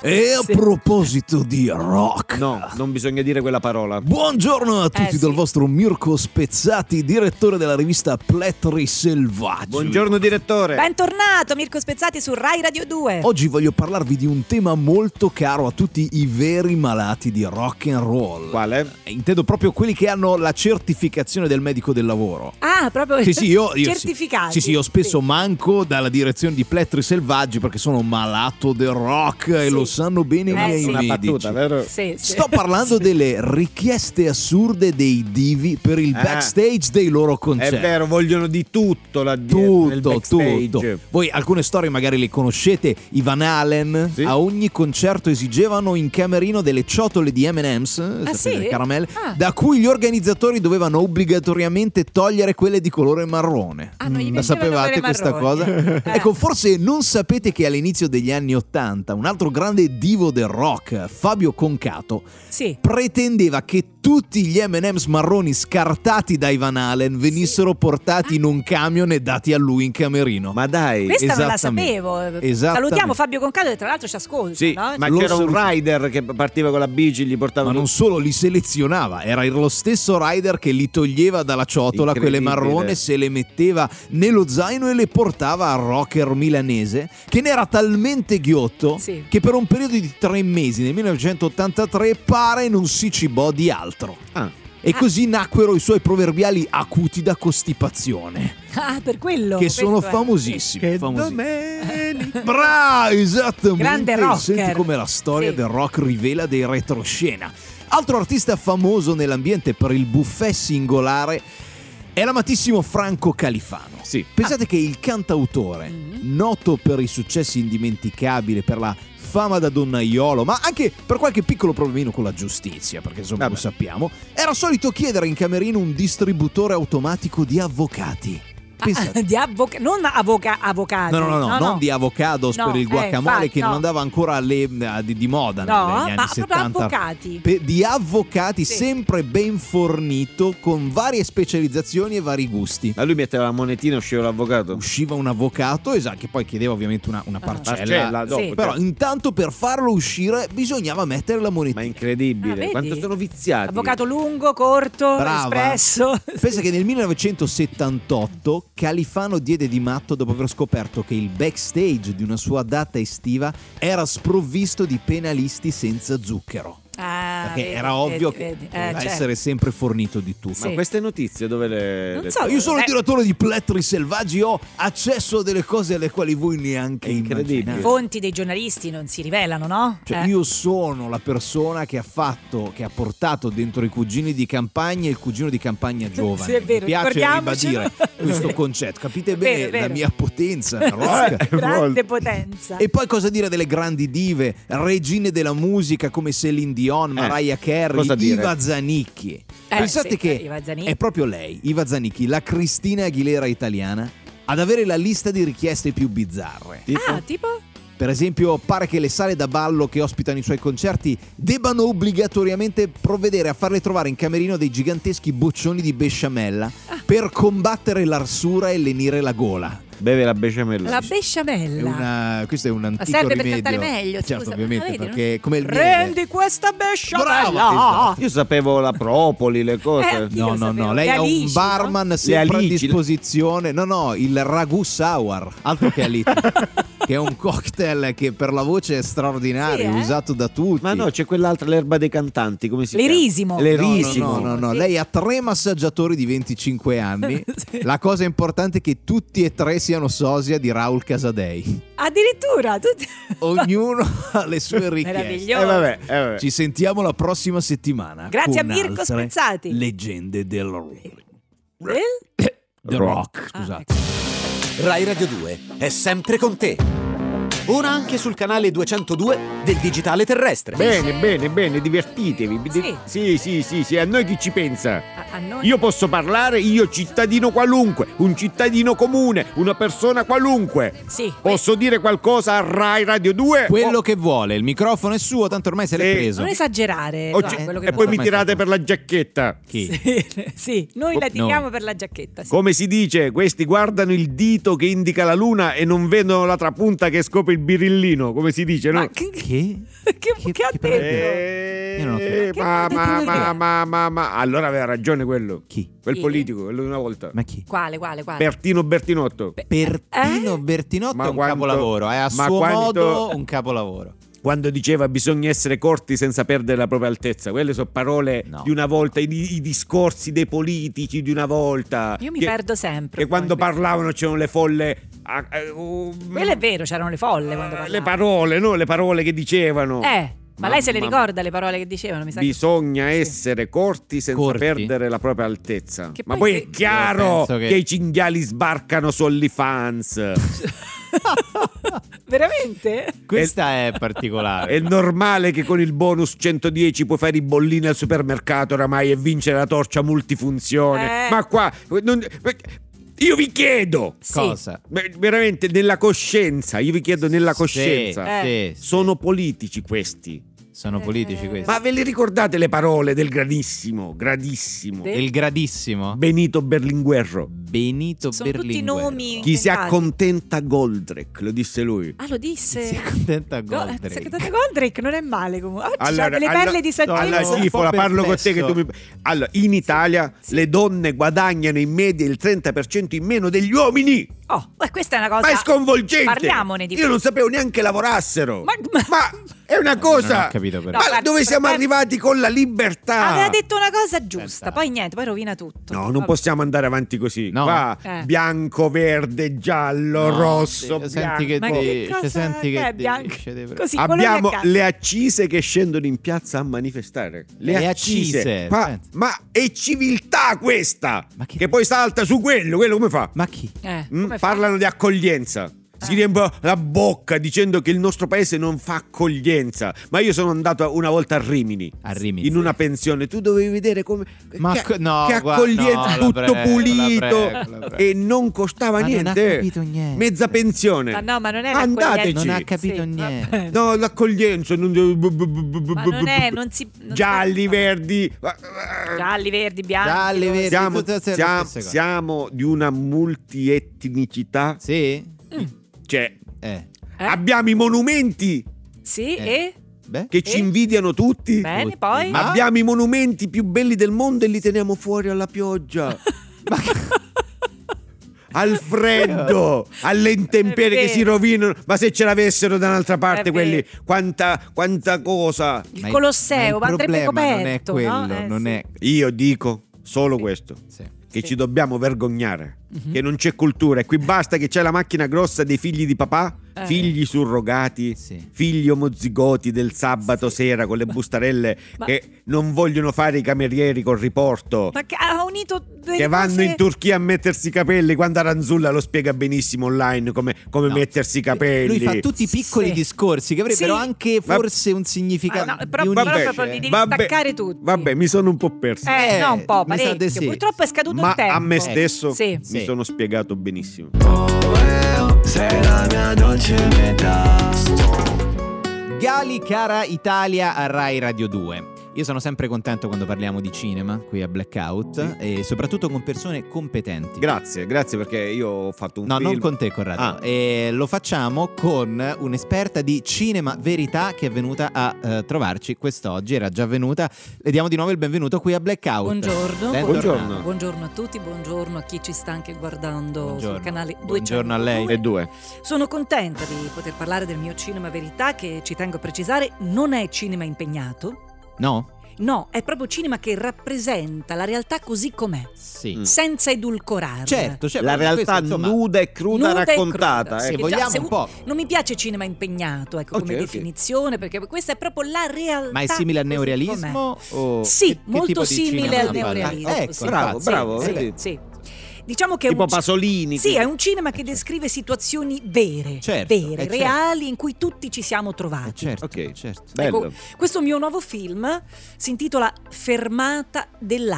Speaker 1: E a
Speaker 3: Sì.
Speaker 1: proposito di rock,
Speaker 2: No, non bisogna dire quella parola.
Speaker 1: buongiorno a tutti
Speaker 3: Eh, sì.
Speaker 1: dal vostro Mirko Spezzati, direttore della rivista Pletri Selvaggi.
Speaker 2: Buongiorno direttore.
Speaker 3: Bentornato Mirko Spezzati su Rai Radio 2.
Speaker 5: Oh.
Speaker 1: Oggi voglio parlarvi di un tema molto caro a tutti i veri malati di rock and roll.
Speaker 2: Quale?
Speaker 1: E Intendo proprio quelli che hanno la certificazione del medico del lavoro.
Speaker 3: Ah, proprio
Speaker 1: Sì, sì, io, io sì.
Speaker 3: certificati.
Speaker 1: Sì, sì, io spesso manco dalla direzione di Pletri Selvaggi perché sono malato del rock e
Speaker 3: Sì.
Speaker 1: lo sanno bene i
Speaker 3: Eh,
Speaker 1: miei
Speaker 3: sì.
Speaker 2: Una
Speaker 1: medici.
Speaker 2: battuta, vero?
Speaker 3: Sì, sì.
Speaker 1: Sto parlando delle richieste assurde dei divi per il
Speaker 2: Ah.
Speaker 1: backstage dei loro
Speaker 2: È
Speaker 1: concerti.
Speaker 2: vero, vogliono di tutto là dietro, nel
Speaker 1: Tutto,
Speaker 2: backstage.
Speaker 1: tutto. Voi alcune storie magari le conoscete. I Van Halen
Speaker 2: Sì.
Speaker 1: a ogni concerto esigevano in camerino delle ciotole di M&M's, sapete,
Speaker 3: sì?
Speaker 1: le caramelle,
Speaker 3: Ah.
Speaker 1: da cui gli organizzatori dovevano obbligatoriamente togliere quelle di colore marrone. Mm.
Speaker 3: Ah, non gli
Speaker 1: La
Speaker 3: piacevano
Speaker 1: sapevate
Speaker 3: quelle
Speaker 1: questa cosa?
Speaker 3: marroni. Eh.
Speaker 1: Ecco, forse non sapete che all'inizio degli anni Ottanta un altro grande divo del rock, Fabio Concato,
Speaker 3: Sì.
Speaker 1: pretendeva che tutti gli M&M's marroni scartati dai Van Halen venissero portati in un camion e dati a lui in camerino.
Speaker 2: Ma dai.
Speaker 3: Questa non la
Speaker 1: Esattamente.
Speaker 3: sapevo.
Speaker 1: Esattamente.
Speaker 3: Salutiamo Fabio Concato che tra l'altro ci ascolta,
Speaker 2: Sì,
Speaker 3: no?
Speaker 2: ma
Speaker 1: Lo
Speaker 2: c'era un
Speaker 1: saluto.
Speaker 2: rider che partiva con la bici, gli portava
Speaker 1: Ma non solo, li selezionava, era lo stesso rider che li toglieva dalla ciotola, quelle
Speaker 2: Incredibile.
Speaker 1: marrone, se le metteva nello zaino e le portava al rocker milanese, che ne era talmente ghiotto
Speaker 3: Sì.
Speaker 1: che per un periodo di tre mesi, nel 1983, pare non si cibò di altro.
Speaker 2: Ah,
Speaker 1: E così nacquero i suoi proverbiali acuti da costipazione.
Speaker 3: Ah, per quello.
Speaker 1: che sono
Speaker 3: Questo è.
Speaker 1: famosissimi.
Speaker 2: che
Speaker 1: famosissimi.
Speaker 2: domenica.
Speaker 1: Bravo, esattamente.
Speaker 3: Grande rocker.
Speaker 1: Senti come la storia
Speaker 3: Sì.
Speaker 1: del rock rivela dei retroscena. Altro artista famoso nell'ambiente per il buffet singolare è l'amatissimo Franco Califano.
Speaker 2: Sì.
Speaker 1: Pensate che il cantautore,
Speaker 3: Mm.
Speaker 1: noto per i successi indimenticabili, per la fama da donnaiolo, ma anche per qualche piccolo problemino con la giustizia, perché insomma
Speaker 2: Vabbè.
Speaker 1: lo sappiamo, era solito chiedere in camerino un distributore automatico di avvocati. Pensate.
Speaker 3: Ah, di avvoca- non avoca- avvocato.
Speaker 1: No, no, no, non di avocados
Speaker 3: Ah, No,
Speaker 1: per il
Speaker 3: eh,
Speaker 1: guacamole
Speaker 3: infatti,
Speaker 1: che non
Speaker 3: no.
Speaker 1: andava ancora alle- eh, di, di moda
Speaker 3: No,
Speaker 1: negli
Speaker 3: ma
Speaker 1: anni
Speaker 3: proprio
Speaker 1: 70.
Speaker 3: avvocati.
Speaker 1: Pe- di avvocati
Speaker 3: Sì.
Speaker 1: sempre ben fornito con varie specializzazioni e vari gusti.
Speaker 2: Ma lui metteva la monetina e usciva l'avvocato.
Speaker 1: Usciva un avvocato, esatto, che poi chiedeva ovviamente una, una
Speaker 3: Ah.
Speaker 1: parcella.
Speaker 2: Marcella, dopo.
Speaker 3: Sì.
Speaker 1: Però
Speaker 2: cioè.
Speaker 1: intanto per farlo uscire bisognava mettere la moneta.
Speaker 2: Ma è
Speaker 3: Ah,
Speaker 2: incredibile.
Speaker 3: vedi?
Speaker 2: Quanto sono viziati.
Speaker 3: Avvocato lungo, corto,
Speaker 1: Brava.
Speaker 3: espresso.
Speaker 1: Pensa che nel 1978 Califano diede di matto dopo aver scoperto che il backstage di una sua data estiva era sprovvisto di penalisti senza zucchero.
Speaker 3: Ah,
Speaker 1: Eh, Perché
Speaker 3: vedi,
Speaker 1: era ovvio
Speaker 3: vedi,
Speaker 1: che
Speaker 3: vedi. Eh,
Speaker 1: doveva
Speaker 3: certo.
Speaker 1: essere sempre fornito di tutto.
Speaker 2: Ma
Speaker 3: Sì.
Speaker 2: queste notizie dove le...
Speaker 3: Non
Speaker 2: le-
Speaker 3: so,
Speaker 1: Io sono il
Speaker 3: Eh.
Speaker 1: direttore di Pletri Selvaggi, ho accesso a delle cose alle quali voi neanche
Speaker 2: È incredibile.
Speaker 1: immaginate.
Speaker 3: Fonti dei giornalisti non si rivelano, no?
Speaker 1: Cioè,
Speaker 3: Eh.
Speaker 1: io sono la persona che ha fatto, che ha portato dentro i cugini di campagna il cugino di campagna giovane.
Speaker 3: Sì, è vero,
Speaker 1: Mi piace
Speaker 3: ricordiamoci.
Speaker 1: ribadire questo concetto. Capite
Speaker 3: È
Speaker 1: bene
Speaker 3: vero, è
Speaker 1: la
Speaker 3: vero.
Speaker 1: mia potenza nel rock.
Speaker 3: Grande
Speaker 2: Volte.
Speaker 3: potenza. Eh,
Speaker 1: E poi cosa dire delle grandi dive, regine della musica come Celine Dion, Mariah Carey,
Speaker 2: Eh, cosa dire?
Speaker 1: Iva Zanicchi.
Speaker 3: Eh,
Speaker 1: Pensate
Speaker 3: sì,
Speaker 1: che
Speaker 3: Iva Zanicchi.
Speaker 1: è proprio lei, Iva Zanicchi, la Cristina Aguilera italiana, ad avere la lista di richieste più bizzarre.
Speaker 2: Tipo?
Speaker 3: Ah, tipo?
Speaker 1: Per esempio, pare che le sale da ballo che ospitano i suoi concerti debbano obbligatoriamente provvedere a farle trovare in camerino dei giganteschi boccioni di besciamella
Speaker 3: Ah.
Speaker 1: per combattere l'arsura e lenire la gola.
Speaker 2: Beve la besciamella.
Speaker 3: La
Speaker 1: È
Speaker 3: besciamella.
Speaker 1: una- questo è un antico
Speaker 3: serve per
Speaker 1: rimedio.
Speaker 3: cantare meglio,
Speaker 1: certo,
Speaker 3: scusa,
Speaker 1: ovviamente,
Speaker 3: ma vedi,
Speaker 1: perché
Speaker 3: no?
Speaker 1: come il miele-
Speaker 3: Prendi questa besciamella.
Speaker 1: Brava,
Speaker 2: Io sapevo la propoli, le cose.
Speaker 3: Eh,
Speaker 1: No,
Speaker 3: Io
Speaker 1: no,
Speaker 3: sapevo.
Speaker 1: no, lei
Speaker 3: Le
Speaker 1: ha un
Speaker 3: alici, no?
Speaker 1: barman sempre a
Speaker 2: alici, le-
Speaker 1: disposizione. No, no, il ragù sour, altro che alice. che è un cocktail che per la voce è straordinario,
Speaker 3: Sì, eh?
Speaker 1: usato da tutti.
Speaker 2: Ma no, c'è quell'altra, l'erba dei cantanti, come si chiama?
Speaker 3: L'erisimo.
Speaker 1: No, no,
Speaker 2: L'erisimo.
Speaker 1: No, no, no,
Speaker 3: Sì.
Speaker 1: lei ha tre massaggiatori di 25 anni.
Speaker 3: Sì.
Speaker 1: La cosa importante è che tutti e tre siano sosia di Raul Casadei.
Speaker 3: Addirittura tutti...
Speaker 1: Ognuno ha le sue richieste.
Speaker 3: Meraviglioso.
Speaker 2: Eh vabbè, eh, vabbè.
Speaker 1: Ci sentiamo la prossima settimana.
Speaker 3: Grazie
Speaker 1: con
Speaker 3: a Mirko
Speaker 1: altre
Speaker 3: Spezzati.
Speaker 1: Leggende del rock.
Speaker 3: Del-
Speaker 1: The rock,
Speaker 3: Ah,
Speaker 1: scusate.
Speaker 4: Rai Radio 2 è sempre con te. Ora anche sul canale 202 del Digitale Terrestre.
Speaker 2: Bene, bene, bene, divertitevi.
Speaker 3: Sì.
Speaker 2: sì, sì, sì, sì, a noi chi ci pensa?
Speaker 3: a, a noi.
Speaker 2: Io posso parlare, io cittadino qualunque, un cittadino comune, una persona qualunque.
Speaker 3: Sì.
Speaker 2: Posso dire qualcosa a Rai Radio 2?
Speaker 5: Quello che vuole, il microfono è suo, tanto ormai se l'è
Speaker 2: Sì.
Speaker 5: preso.
Speaker 3: Non esagerare.
Speaker 2: O- o
Speaker 3: guarda,
Speaker 2: ci-
Speaker 3: quello che
Speaker 2: e poi
Speaker 3: vuoi.
Speaker 2: mi tirate per la giacchetta.
Speaker 5: Chi?
Speaker 3: Sì, sì, noi la tiriamo per la giacchetta. Sì.
Speaker 2: Come si dice, questi guardano il dito che indica la luna e non vedono la trapunta che scopre il birillino, come si dice, no?
Speaker 3: Ma che, che,
Speaker 5: Che?
Speaker 3: che, ha
Speaker 5: che
Speaker 3: detto?
Speaker 5: parola? Io non ho
Speaker 2: Eh,
Speaker 5: capito.
Speaker 2: ma,
Speaker 3: Che
Speaker 2: ma,
Speaker 3: dite
Speaker 2: ma,
Speaker 3: perché?
Speaker 2: ma, ma, ma, allora aveva ragione quello.
Speaker 5: Chi?
Speaker 2: Quel
Speaker 3: Chi?
Speaker 2: politico, quello di una volta.
Speaker 5: Ma chi?
Speaker 3: Quale, quale, quale?
Speaker 2: Bertino Bertinotto.
Speaker 5: Pertino
Speaker 3: Eh?
Speaker 5: Bertinotto
Speaker 2: Ma
Speaker 5: è un
Speaker 2: quanto-
Speaker 1: eh,
Speaker 5: capolavoro, è a
Speaker 2: ma
Speaker 5: suo
Speaker 2: quanto-
Speaker 5: modo un capolavoro.
Speaker 2: Quando diceva bisogna essere corti senza perdere la propria altezza. Quelle sono parole
Speaker 5: No.
Speaker 2: di una volta, i, i discorsi dei politici di una volta.
Speaker 3: Io mi
Speaker 2: che,
Speaker 3: perdo sempre.
Speaker 2: Che quando
Speaker 3: poi.
Speaker 2: parlavano c'erano le folle... ah, eh, oh,
Speaker 3: Quello è vero, c'erano le folle quando
Speaker 2: ah,
Speaker 3: parlavano.
Speaker 2: le parole, no? Le parole che dicevano.
Speaker 3: Eh, ma lei se le
Speaker 2: Mamma-
Speaker 3: ricorda le parole che dicevano? Mi sa che-
Speaker 2: Bisogna
Speaker 3: Sì.
Speaker 2: essere corti senza
Speaker 5: Corti?
Speaker 2: perdere la propria altezza.
Speaker 3: Che
Speaker 2: Ma
Speaker 3: poi
Speaker 2: poi
Speaker 3: se-
Speaker 2: è chiaro
Speaker 5: Io penso
Speaker 2: che...
Speaker 5: che-
Speaker 2: i cinghiali sbarcano su OnlyFans.
Speaker 3: Veramente?
Speaker 5: Questa è
Speaker 3: Eh,
Speaker 5: particolare.
Speaker 2: è normale che con il bonus 110 puoi fare i bollini al supermercato oramai e vincere la torcia multifunzione.
Speaker 3: Eh.
Speaker 2: Ma qua... non- io vi chiedo,
Speaker 5: Cosa?
Speaker 2: beh, veramente nella coscienza, io vi chiedo nella
Speaker 5: Sì,
Speaker 2: coscienza,
Speaker 1: Eh.
Speaker 3: Eh.
Speaker 5: sì, sì.
Speaker 2: sono politici questi.
Speaker 5: Sono politici questi.
Speaker 2: Ma ve le ricordate le parole del gradissimo, gradissimo,
Speaker 3: Del-
Speaker 5: Il gradissimo
Speaker 2: Benito Berlinguerro?
Speaker 5: Benito
Speaker 3: Sono tutti
Speaker 5: Berlinguer.
Speaker 3: nomi-
Speaker 2: Chi si
Speaker 3: Inventati.
Speaker 2: accontenta Goldrake, lo disse lui.
Speaker 3: Ah, lo disse.
Speaker 5: Si accontenta
Speaker 3: Go- eh,
Speaker 5: Goldrake.
Speaker 3: Secretario Goldrake non è male comunque. Oggi ha delle Cioè, perle di saggezza.
Speaker 2: Allora,
Speaker 5: sono un
Speaker 2: Gifola,
Speaker 5: po'
Speaker 2: parlo con te che tu
Speaker 5: perplesso.
Speaker 2: mi... Allora, in Italia le donne guadagnano in media il 30% in meno degli uomini.
Speaker 3: Oh, ma questa è una cosa.
Speaker 2: Ma è sconvolgente.
Speaker 3: Parliamone di
Speaker 2: Io non sapevo neanche lavorassero.
Speaker 3: Ma- ma-
Speaker 2: è una cosa.
Speaker 5: non ho capito però.
Speaker 3: No,
Speaker 2: Ma
Speaker 3: guarda,
Speaker 2: dove siamo
Speaker 3: per-
Speaker 2: arrivati con la
Speaker 5: Ah.
Speaker 2: libertà?
Speaker 3: Aveva detto una cosa giusta,
Speaker 5: Aspetta.
Speaker 3: poi niente, poi rovina tutto.
Speaker 2: No, non
Speaker 3: Vabbè.
Speaker 2: possiamo andare avanti così.
Speaker 5: No.
Speaker 2: Va
Speaker 3: Eh.
Speaker 2: bianco, verde, giallo,
Speaker 5: No,
Speaker 2: rosso,
Speaker 5: sì,
Speaker 2: bianco.
Speaker 5: senti che
Speaker 3: Ma che
Speaker 5: Dice,
Speaker 3: cosa
Speaker 5: senti che
Speaker 3: è bianco?
Speaker 5: dice, deve-
Speaker 3: Così,
Speaker 2: Abbiamo
Speaker 3: colori a caso.
Speaker 2: le accise che scendono in piazza a manifestare. Le,
Speaker 5: Le
Speaker 2: accise.
Speaker 5: accise,
Speaker 2: Ma-
Speaker 5: pensa.
Speaker 2: ma è civiltà questa!
Speaker 5: Ma
Speaker 2: che...
Speaker 5: che-
Speaker 2: poi salta su quello, quello come fa?
Speaker 5: Ma chi?
Speaker 3: Eh,
Speaker 2: Mm,
Speaker 3: come fa? Ah.
Speaker 2: parlano di accoglienza. Si riempie la bocca dicendo che il nostro paese non fa accoglienza. Ma io sono andato una volta a Rimini.
Speaker 5: A Rimini,
Speaker 2: In
Speaker 5: sì.
Speaker 2: una pensione. Tu dovevi vedere come.
Speaker 5: Ma
Speaker 2: che,
Speaker 5: co- no,
Speaker 2: che
Speaker 5: guarda,
Speaker 2: accoglienza,
Speaker 5: no, la
Speaker 2: tutto
Speaker 5: prego, la
Speaker 2: pulito.
Speaker 5: prego, la prego.
Speaker 2: E non costava
Speaker 5: Ma non ha
Speaker 2: niente. eh.
Speaker 5: capito niente.
Speaker 2: Mezza pensione.
Speaker 3: Ma no, ma non è
Speaker 2: Andateci.
Speaker 3: l'accoglienza.
Speaker 5: Non ha capito
Speaker 3: Eh, Sì,
Speaker 5: niente.
Speaker 3: vabbè.
Speaker 2: No, l'accoglienza. non-
Speaker 3: Ma non è, non si non
Speaker 2: Gialli,
Speaker 3: si-
Speaker 2: verdi.
Speaker 3: Gialli, verdi, bianchi.
Speaker 5: Gialli,
Speaker 3: rosi.
Speaker 5: verdi.
Speaker 2: Siamo,
Speaker 5: tutte le stesse
Speaker 2: siamo-
Speaker 5: cose.
Speaker 2: siamo di una multietnicità.
Speaker 5: Sì?
Speaker 2: Cioè,
Speaker 5: Eh.
Speaker 3: Eh?
Speaker 2: abbiamo i monumenti
Speaker 3: Sì,
Speaker 5: Eh.
Speaker 3: e
Speaker 5: Beh.
Speaker 2: che ci
Speaker 3: Eh?
Speaker 2: invidiano tutti.
Speaker 3: bene, poi
Speaker 5: Ma-
Speaker 2: Abbiamo i monumenti più belli del mondo e li teniamo fuori alla pioggia. Al freddo, alle
Speaker 3: È
Speaker 2: intemperie
Speaker 3: vero.
Speaker 2: che si rovinano, ma se ce l'avessero da un'altra parte
Speaker 3: È
Speaker 2: quelli,
Speaker 3: vero.
Speaker 2: quanta, quanta cosa.
Speaker 3: il
Speaker 5: Ma
Speaker 3: Colosseo,
Speaker 5: ma il
Speaker 3: andrebbe
Speaker 5: problema non è
Speaker 3: coperto,
Speaker 5: quello,
Speaker 3: no? Eh,
Speaker 5: non
Speaker 3: sì.
Speaker 5: è
Speaker 2: Io dico solo questo,
Speaker 5: sì.
Speaker 2: che
Speaker 3: Sì. Mhm.
Speaker 2: ci dobbiamo vergognare, che non c'è cultura e qui basta che c'è la macchina grossa dei figli di papà,
Speaker 3: Eh.
Speaker 2: figli surrogati,
Speaker 5: Sì.
Speaker 2: figli omozigoti del sabato sera con le bustarelle
Speaker 3: Ma-
Speaker 2: che non vogliono fare i camerieri col riporto.
Speaker 3: Ma che ha unito delle
Speaker 2: Che vanno
Speaker 3: cose-
Speaker 2: in Turchia a mettersi i capelli quando Aranzulla lo spiega benissimo online come, come
Speaker 5: No.
Speaker 2: mettersi i
Speaker 5: Lui
Speaker 2: capelli.
Speaker 5: fa tutti i piccoli
Speaker 3: Sì.
Speaker 5: discorsi che avrebbero
Speaker 3: Sì.
Speaker 5: anche
Speaker 2: Ma-
Speaker 5: forse un significato.
Speaker 3: Ma no, però-
Speaker 5: di
Speaker 3: però
Speaker 5: unice.
Speaker 3: proprio li devi
Speaker 2: Vabbè,
Speaker 3: staccare tutti.
Speaker 2: Vabbè, mi sono un po' perso.
Speaker 3: Eh,
Speaker 5: Eh,
Speaker 3: no, un po',
Speaker 5: mi sa di
Speaker 3: parecchio.
Speaker 5: sì.
Speaker 3: Purtroppo è scaduto
Speaker 2: Ma
Speaker 3: il tempo.
Speaker 2: a me stesso
Speaker 3: Sì.
Speaker 2: mi
Speaker 5: Sì.
Speaker 2: sono spiegato benissimo.
Speaker 6: Sei la mia dolce metà
Speaker 5: Gali cara Italia a Rai Radio 2.
Speaker 1: Io sono sempre contento quando parliamo di cinema qui a Blackout e soprattutto con persone competenti.
Speaker 2: Grazie, grazie perché io ho fatto un
Speaker 1: No,
Speaker 2: film.
Speaker 1: non con te Corrado.
Speaker 2: Ah.
Speaker 1: E lo facciamo con un'esperta di cinema verità che è venuta a eh, trovarci quest'oggi, era già venuta. Le diamo di nuovo il benvenuto qui a Blackout.
Speaker 3: Buongiorno,
Speaker 1: Ben
Speaker 2: Buongiorno.
Speaker 1: tornata.
Speaker 3: buongiorno a tutti, buongiorno a chi ci sta anche guardando
Speaker 1: Buongiorno.
Speaker 3: sul canale 202.
Speaker 1: Buongiorno a lei.
Speaker 2: E due.
Speaker 3: Sono contenta di poter parlare del mio cinema verità che ci tengo a precisare non è cinema impegnato,
Speaker 1: No?
Speaker 3: no, è proprio cinema che rappresenta la realtà così com'è,
Speaker 1: Sì.
Speaker 2: Mm.
Speaker 3: senza edulcorarla.
Speaker 1: Certo, cioè,
Speaker 2: la realtà
Speaker 1: questo, insomma,
Speaker 2: nuda e cruda
Speaker 3: Nuda e
Speaker 2: raccontata.
Speaker 3: cruda,
Speaker 1: se
Speaker 3: sì.
Speaker 2: ecco.
Speaker 3: già,
Speaker 1: vogliamo
Speaker 3: se
Speaker 1: un
Speaker 3: u-
Speaker 1: po'.
Speaker 3: Non mi piace cinema impegnato, ecco,
Speaker 2: Ok,
Speaker 3: come
Speaker 2: ok.
Speaker 3: definizione, perché questa è proprio la realtà.
Speaker 1: Ma è simile al
Speaker 3: così com'è.
Speaker 1: neorealismo? O
Speaker 3: Sì,
Speaker 1: che- che
Speaker 3: molto
Speaker 1: tipo di
Speaker 3: simile
Speaker 1: cinema
Speaker 3: al
Speaker 1: parla?
Speaker 3: neorealismo,
Speaker 1: Ah, Ecco,
Speaker 3: sì.
Speaker 1: bravo.
Speaker 2: Bravo, bravo.
Speaker 3: Sì,
Speaker 2: vedi?
Speaker 3: sì. Diciamo che è
Speaker 2: Tipo
Speaker 3: un ci-
Speaker 2: Pasolini.
Speaker 3: Sì,
Speaker 2: quindi.
Speaker 3: è un cinema che descrive situazioni vere,
Speaker 1: Certo,
Speaker 3: vere,
Speaker 1: eh, certo.
Speaker 3: reali, in cui tutti ci siamo
Speaker 1: Eh,
Speaker 3: trovati.
Speaker 1: certo,
Speaker 2: Ok.
Speaker 1: certo.
Speaker 2: Bello.
Speaker 3: Ecco, questo mio nuovo film si intitola Fermata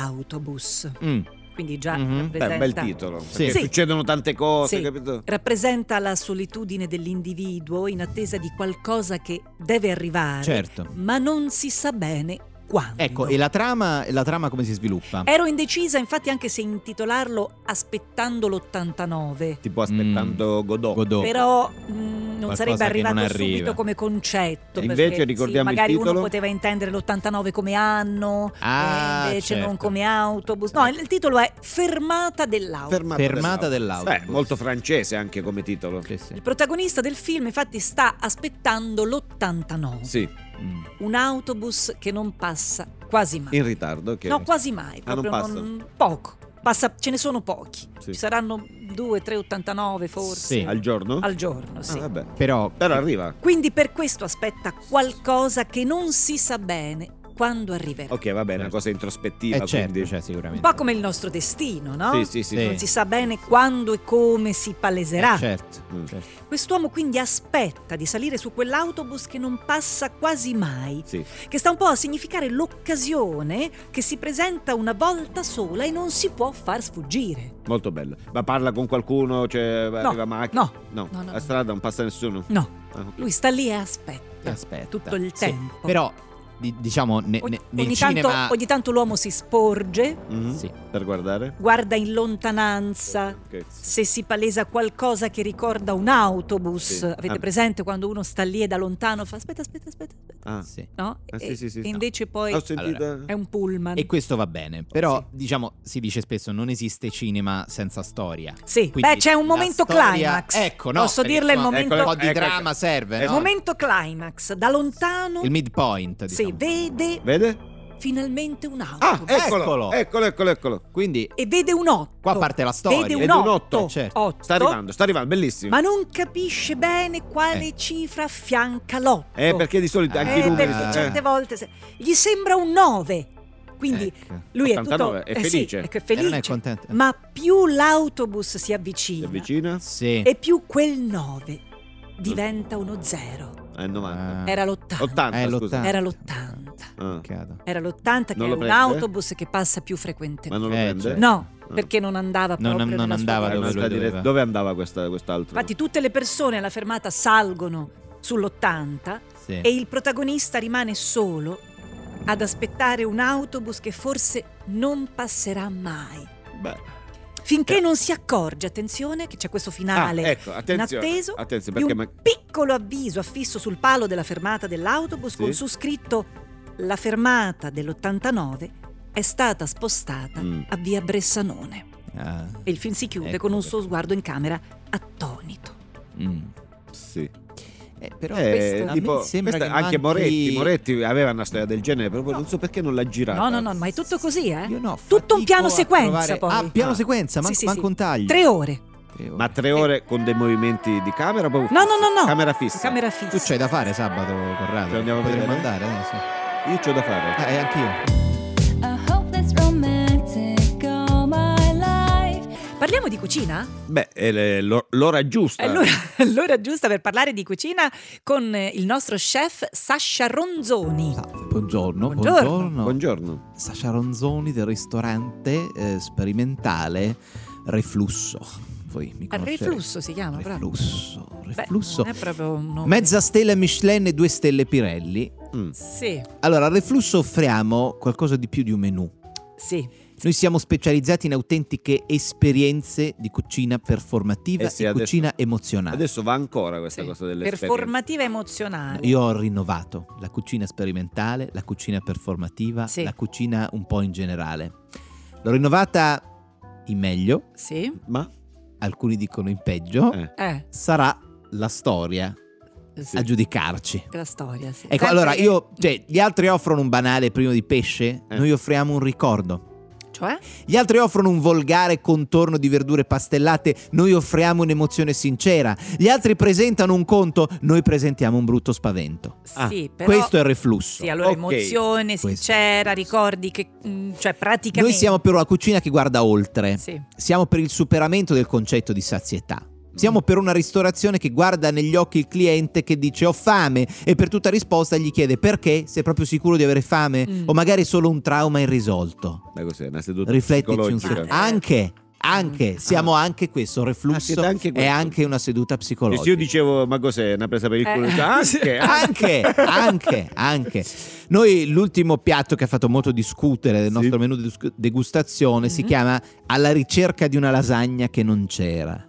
Speaker 3: dell'autobus,
Speaker 1: Mm.
Speaker 3: quindi già
Speaker 1: Mhm. Beh,
Speaker 2: Beh,
Speaker 3: rappresenta,
Speaker 2: un bel titolo.
Speaker 1: Sì.
Speaker 2: Perché
Speaker 3: Sì.
Speaker 2: succedono tante cose,
Speaker 3: Sì.
Speaker 2: capito?
Speaker 3: rappresenta la solitudine dell'individuo in attesa di qualcosa che deve arrivare,
Speaker 1: Certo.
Speaker 3: ma non si sa bene quando.
Speaker 1: Ecco, e la trama, la trama come si sviluppa?
Speaker 3: Ero indecisa, infatti, anche se intitolarlo Aspettando l'89.
Speaker 2: Tipo aspettando Godot.
Speaker 1: Mm. Godot.
Speaker 3: Però mh, non
Speaker 1: Qualcosa
Speaker 3: sarebbe
Speaker 1: che
Speaker 3: arrivato
Speaker 1: non arriva.
Speaker 3: subito come concetto.
Speaker 2: Invece
Speaker 3: perché, sì,
Speaker 2: ricordiamo il
Speaker 3: magari
Speaker 2: titolo?
Speaker 3: uno poteva intendere l'89 come anno,
Speaker 1: Ah,
Speaker 3: e invece
Speaker 1: certo.
Speaker 3: non come autobus. No, il il titolo è Fermata dell'autobus.
Speaker 2: Fermata,
Speaker 1: Fermata dell'autobus.
Speaker 2: Eh, molto francese anche come titolo.
Speaker 1: Sì, sì.
Speaker 3: Eh, il protagonista del film infatti sta aspettando l'89,
Speaker 2: Sì,
Speaker 1: Mm.
Speaker 3: un autobus che non passa quasi mai.
Speaker 2: in ritardo. ok.
Speaker 3: No, quasi mai.
Speaker 2: Ah, non
Speaker 3: proprio
Speaker 2: passa?
Speaker 3: poco. Passa- ce ne sono pochi.
Speaker 2: Sì.
Speaker 3: Ci saranno 2, 3, 89
Speaker 1: Sì.
Speaker 3: forse.
Speaker 2: Al giorno?
Speaker 3: Al giorno, sì.
Speaker 2: Ah, vabbè.
Speaker 1: Però
Speaker 2: Però arriva.
Speaker 3: Quindi per questo aspetta qualcosa che non si sa bene quando arriverà.
Speaker 2: Ok, va bene, una
Speaker 1: Certo.
Speaker 2: cosa introspettiva.
Speaker 1: è certo, Eh.
Speaker 2: quindi.
Speaker 1: cioè,
Speaker 3: Un
Speaker 1: sicuramente.
Speaker 3: po' come il nostro destino, no?
Speaker 2: Sì, sì, sì.
Speaker 1: Sì.
Speaker 3: Non si sa bene quando e come si paleserà.
Speaker 1: Eh, Certo,
Speaker 2: Mm.
Speaker 1: certo.
Speaker 3: Quest'uomo quindi aspetta di salire su quell'autobus che non passa quasi mai,
Speaker 2: Sì.
Speaker 3: che sta un po' a significare l'occasione che si presenta una volta sola e non si può far sfuggire.
Speaker 2: Molto bello. Ma parla con qualcuno, cioè arriva macchina?
Speaker 3: no, no, no,
Speaker 2: a strada non passa nessuno.
Speaker 3: No,
Speaker 2: Ah, ok.
Speaker 3: lui sta lì e aspetta.
Speaker 1: Aspetta.
Speaker 3: Tutto il
Speaker 1: Sì.
Speaker 3: tempo.
Speaker 1: Però, di- diciamo, ne-
Speaker 3: Ogni,
Speaker 1: ne- nel
Speaker 3: ogni tanto,
Speaker 1: cinema...
Speaker 3: ogni tanto l'uomo si sporge,
Speaker 2: Mhm.
Speaker 1: Sì.
Speaker 2: Per guardare?
Speaker 3: guarda in lontananza.
Speaker 2: Ok.
Speaker 3: Se si palesa qualcosa che ricorda un autobus,
Speaker 2: Sì.
Speaker 3: avete
Speaker 2: Ah.
Speaker 3: presente quando uno sta lì e da lontano fa aspetta, aspetta, aspetta, aspetta",
Speaker 2: Ah,
Speaker 1: Sì.
Speaker 3: no?
Speaker 2: Ah, sì,
Speaker 3: E-
Speaker 2: sì, sì.
Speaker 3: e invece poi
Speaker 2: Ho sentito.
Speaker 3: è un pullman.
Speaker 1: E questo va bene, però diciamo si dice spesso non esiste cinema senza storia.
Speaker 3: Sì,
Speaker 1: Quindi
Speaker 3: beh, c'è un
Speaker 1: la
Speaker 3: momento
Speaker 1: storia-
Speaker 3: climax.
Speaker 1: Ecco, no,
Speaker 3: Posso
Speaker 1: perché,
Speaker 3: dirle il
Speaker 1: insomma,
Speaker 3: momento-
Speaker 1: Un po' di
Speaker 2: Ecco, ecco.
Speaker 1: dramma serve,
Speaker 2: Eh,
Speaker 1: no?
Speaker 3: Momento climax, da lontano
Speaker 1: Il midpoint,
Speaker 3: si
Speaker 1: diciamo.
Speaker 3: vede
Speaker 2: Vede?
Speaker 3: finalmente un autobus.
Speaker 2: Ah, eccolo,
Speaker 1: Eccolo.
Speaker 2: eccolo, eccolo, eccolo.
Speaker 1: Quindi
Speaker 3: E vede un otto.
Speaker 1: Qua parte la storia.
Speaker 3: Vede un
Speaker 2: Vede un
Speaker 3: otto.
Speaker 2: otto.
Speaker 1: Eh, certo.
Speaker 3: Otto.
Speaker 2: Sta arrivando, sta arrivando, bellissimo.
Speaker 3: Ma non capisce bene quale
Speaker 1: Eh.
Speaker 3: cifra affianca l'otto.
Speaker 2: Eh, perché di solito
Speaker 1: Eh,
Speaker 2: anche i
Speaker 3: Eh,
Speaker 2: numeri...
Speaker 3: perché
Speaker 1: eh.
Speaker 3: certe volte se- gli sembra un 9. Quindi
Speaker 1: ecco.
Speaker 3: lui è
Speaker 2: 89,
Speaker 3: tutto
Speaker 2: Eh, è
Speaker 3: eh sì,
Speaker 2: felice.
Speaker 3: ecco, è
Speaker 1: E non è
Speaker 3: felice.
Speaker 1: contento.
Speaker 3: ma più l'autobus si avvicina,
Speaker 2: Si avvicina?
Speaker 1: Sì.
Speaker 3: e più quel 9 diventa uno 0.
Speaker 2: Eh, È 90.
Speaker 1: Ah.
Speaker 3: Era l'80.
Speaker 2: 80,
Speaker 1: Eh,
Speaker 2: scusa.
Speaker 1: l'80.
Speaker 3: Era l'80.
Speaker 2: Ah,
Speaker 1: Peccato.
Speaker 3: Era l'80 che
Speaker 2: Non
Speaker 3: è
Speaker 2: lo
Speaker 3: un
Speaker 2: prende?
Speaker 3: autobus che passa più
Speaker 2: Ma
Speaker 3: frequentemente.
Speaker 2: non lo
Speaker 1: Eh,
Speaker 2: prende?
Speaker 1: certo.
Speaker 3: No,
Speaker 2: Ah.
Speaker 3: perché non andava
Speaker 1: Non-
Speaker 3: proprio
Speaker 1: non
Speaker 3: nella sua
Speaker 1: andava
Speaker 2: Eh,
Speaker 1: dove
Speaker 3: direzione.
Speaker 1: lui
Speaker 2: non sta dire-
Speaker 1: doveva.
Speaker 2: dove andava questa, quest'altro?
Speaker 3: Infatti tutte le persone alla fermata salgono sull'80
Speaker 1: Sì.
Speaker 3: e il protagonista rimane solo ad aspettare un autobus che forse non passerà mai.
Speaker 2: Beh.
Speaker 3: Finché non si accorge, attenzione, che c'è questo
Speaker 2: Cioè Ah,
Speaker 3: finale
Speaker 2: ecco, attenzione.
Speaker 3: inatteso
Speaker 2: attenzione,
Speaker 3: di
Speaker 2: perché
Speaker 3: un
Speaker 2: ma-
Speaker 3: piccolo avviso affisso sul palo della fermata dell'autobus con
Speaker 2: Sì.
Speaker 3: su scritto la fermata dell'89 è stata spostata
Speaker 2: Mm.
Speaker 3: a via Bressanone.
Speaker 1: Ah,
Speaker 3: E il film si chiude
Speaker 1: Ecco
Speaker 3: con un
Speaker 1: perché.
Speaker 3: suo sguardo in camera attonito.
Speaker 1: mm.
Speaker 2: Sì.
Speaker 1: Eh, però
Speaker 2: Eh,
Speaker 1: questo- a me
Speaker 2: tipo,
Speaker 1: sembra
Speaker 2: questa-
Speaker 1: che
Speaker 2: anche Moretti,
Speaker 1: manchi-
Speaker 2: Moretti aveva una storia del genere, proprio non so perché non l'ha girata.
Speaker 3: No, no, no, ma è tutto così, eh?
Speaker 1: Io no,
Speaker 3: tutto un
Speaker 1: fatico
Speaker 3: piano
Speaker 1: a
Speaker 3: sequenza
Speaker 1: trovare-
Speaker 3: poi.
Speaker 1: Ah, piano
Speaker 3: Ah.
Speaker 1: sequenza,
Speaker 3: Sì,
Speaker 1: man-
Speaker 3: sì,
Speaker 1: manco
Speaker 3: sì.
Speaker 1: un taglio.
Speaker 3: Tre ore.
Speaker 1: Tre ore.
Speaker 2: Ma tre ore con dei movimenti di camera proprio
Speaker 3: Eh. No, no,
Speaker 2: fissi,
Speaker 3: no, no.
Speaker 2: Camera fissa.
Speaker 3: Camera fissa.
Speaker 1: tu c'hai da fare sabato, Corrado.
Speaker 2: Ce l'andiamo a
Speaker 1: Potremmo
Speaker 2: vedere?
Speaker 1: andare, eh, sì.
Speaker 2: Io c'ho da fare.
Speaker 1: Eh, anch'io.
Speaker 7: I hope that's romantic all my life.
Speaker 3: Parliamo di cucina?
Speaker 2: Beh, è le- l'or- l'ora
Speaker 1: Eh.
Speaker 2: giusta.
Speaker 3: Eh, Allora, allora giusta per parlare di cucina con eh, il nostro chef Sasha Ronzoni.
Speaker 1: Ah, Buongiorno,
Speaker 3: Buongiorno.
Speaker 1: buongiorno.
Speaker 2: Buongiorno.
Speaker 1: Sasha Ronzoni del ristorante eh, sperimentale Reflusso. voi mi conoscete.
Speaker 3: Reflusso si
Speaker 1: Ah,
Speaker 3: chiama, bravo.
Speaker 1: Reflusso,
Speaker 3: Beh,
Speaker 1: reflusso.
Speaker 3: non è proprio un nome.
Speaker 1: Mezza stella Michelin e due stelle Pirelli.
Speaker 3: Sì,
Speaker 1: Allora, al reflusso offriamo qualcosa di più di un menù.
Speaker 3: sì.
Speaker 1: Noi siamo specializzati in autentiche esperienze di cucina performativa
Speaker 2: Eh sì,
Speaker 1: e
Speaker 2: adesso-
Speaker 1: cucina emozionale.
Speaker 2: Adesso va ancora questa
Speaker 3: sì.
Speaker 2: cosa delle
Speaker 3: Performativa emozionale.
Speaker 1: Io ho rinnovato la cucina sperimentale, la cucina performativa,
Speaker 3: Sì.
Speaker 1: la cucina un po' in generale. L'ho rinnovata in meglio,
Speaker 3: Sì.
Speaker 2: Ma
Speaker 1: alcuni dicono in peggio.
Speaker 2: Eh.
Speaker 3: Eh,
Speaker 1: Sarà la storia
Speaker 3: sì.
Speaker 1: a giudicarci.
Speaker 3: la storia, sì.
Speaker 1: Ecco,
Speaker 3: Sempre-
Speaker 1: allora io, cioè, gli altri offrono un banale primo di pesce,
Speaker 2: Eh.
Speaker 1: noi offriamo un ricordo.
Speaker 3: Cioè?
Speaker 1: Gli altri offrono un volgare contorno di verdure pastellate, noi offriamo un'emozione sincera. Gli altri presentano un conto, noi presentiamo un brutto spavento.
Speaker 2: Ah,
Speaker 3: Sì, però...
Speaker 1: Questo è il reflusso.
Speaker 3: Sì, allora
Speaker 2: Ok.
Speaker 3: emozione,
Speaker 1: Questo.
Speaker 3: sincera, ricordi che... mm, Cioè, praticamente...
Speaker 1: Noi siamo per una cucina che guarda oltre.
Speaker 3: Sì.
Speaker 1: Siamo per il superamento del concetto di sazietà. Siamo per una ristorazione che guarda negli occhi il cliente che dice ho fame e per tutta risposta gli chiede perché, sei proprio sicuro di avere fame
Speaker 3: Mm.
Speaker 1: o magari è solo un trauma irrisolto.
Speaker 2: Dai, cos'è? Una seduta
Speaker 1: Riflettici un
Speaker 2: psicologica.
Speaker 1: secondo.
Speaker 3: Ah, eh.
Speaker 1: Anche, anche, siamo anche questo, un
Speaker 2: Ah, siete
Speaker 1: reflusso
Speaker 2: anche
Speaker 1: è
Speaker 2: questo.
Speaker 1: anche una seduta
Speaker 2: E
Speaker 1: psicologica.
Speaker 2: se Eh, io dicevo, ma cos'è? Una presa per il culo? Ah,
Speaker 3: Eh.
Speaker 2: Anche,
Speaker 1: anche, anche, anche. Noi l'ultimo piatto che ha fatto molto discutere del
Speaker 2: Sì.
Speaker 1: nostro menù di dus- degustazione si
Speaker 3: Mhm.
Speaker 1: chiama Alla ricerca di una lasagna che non c'era.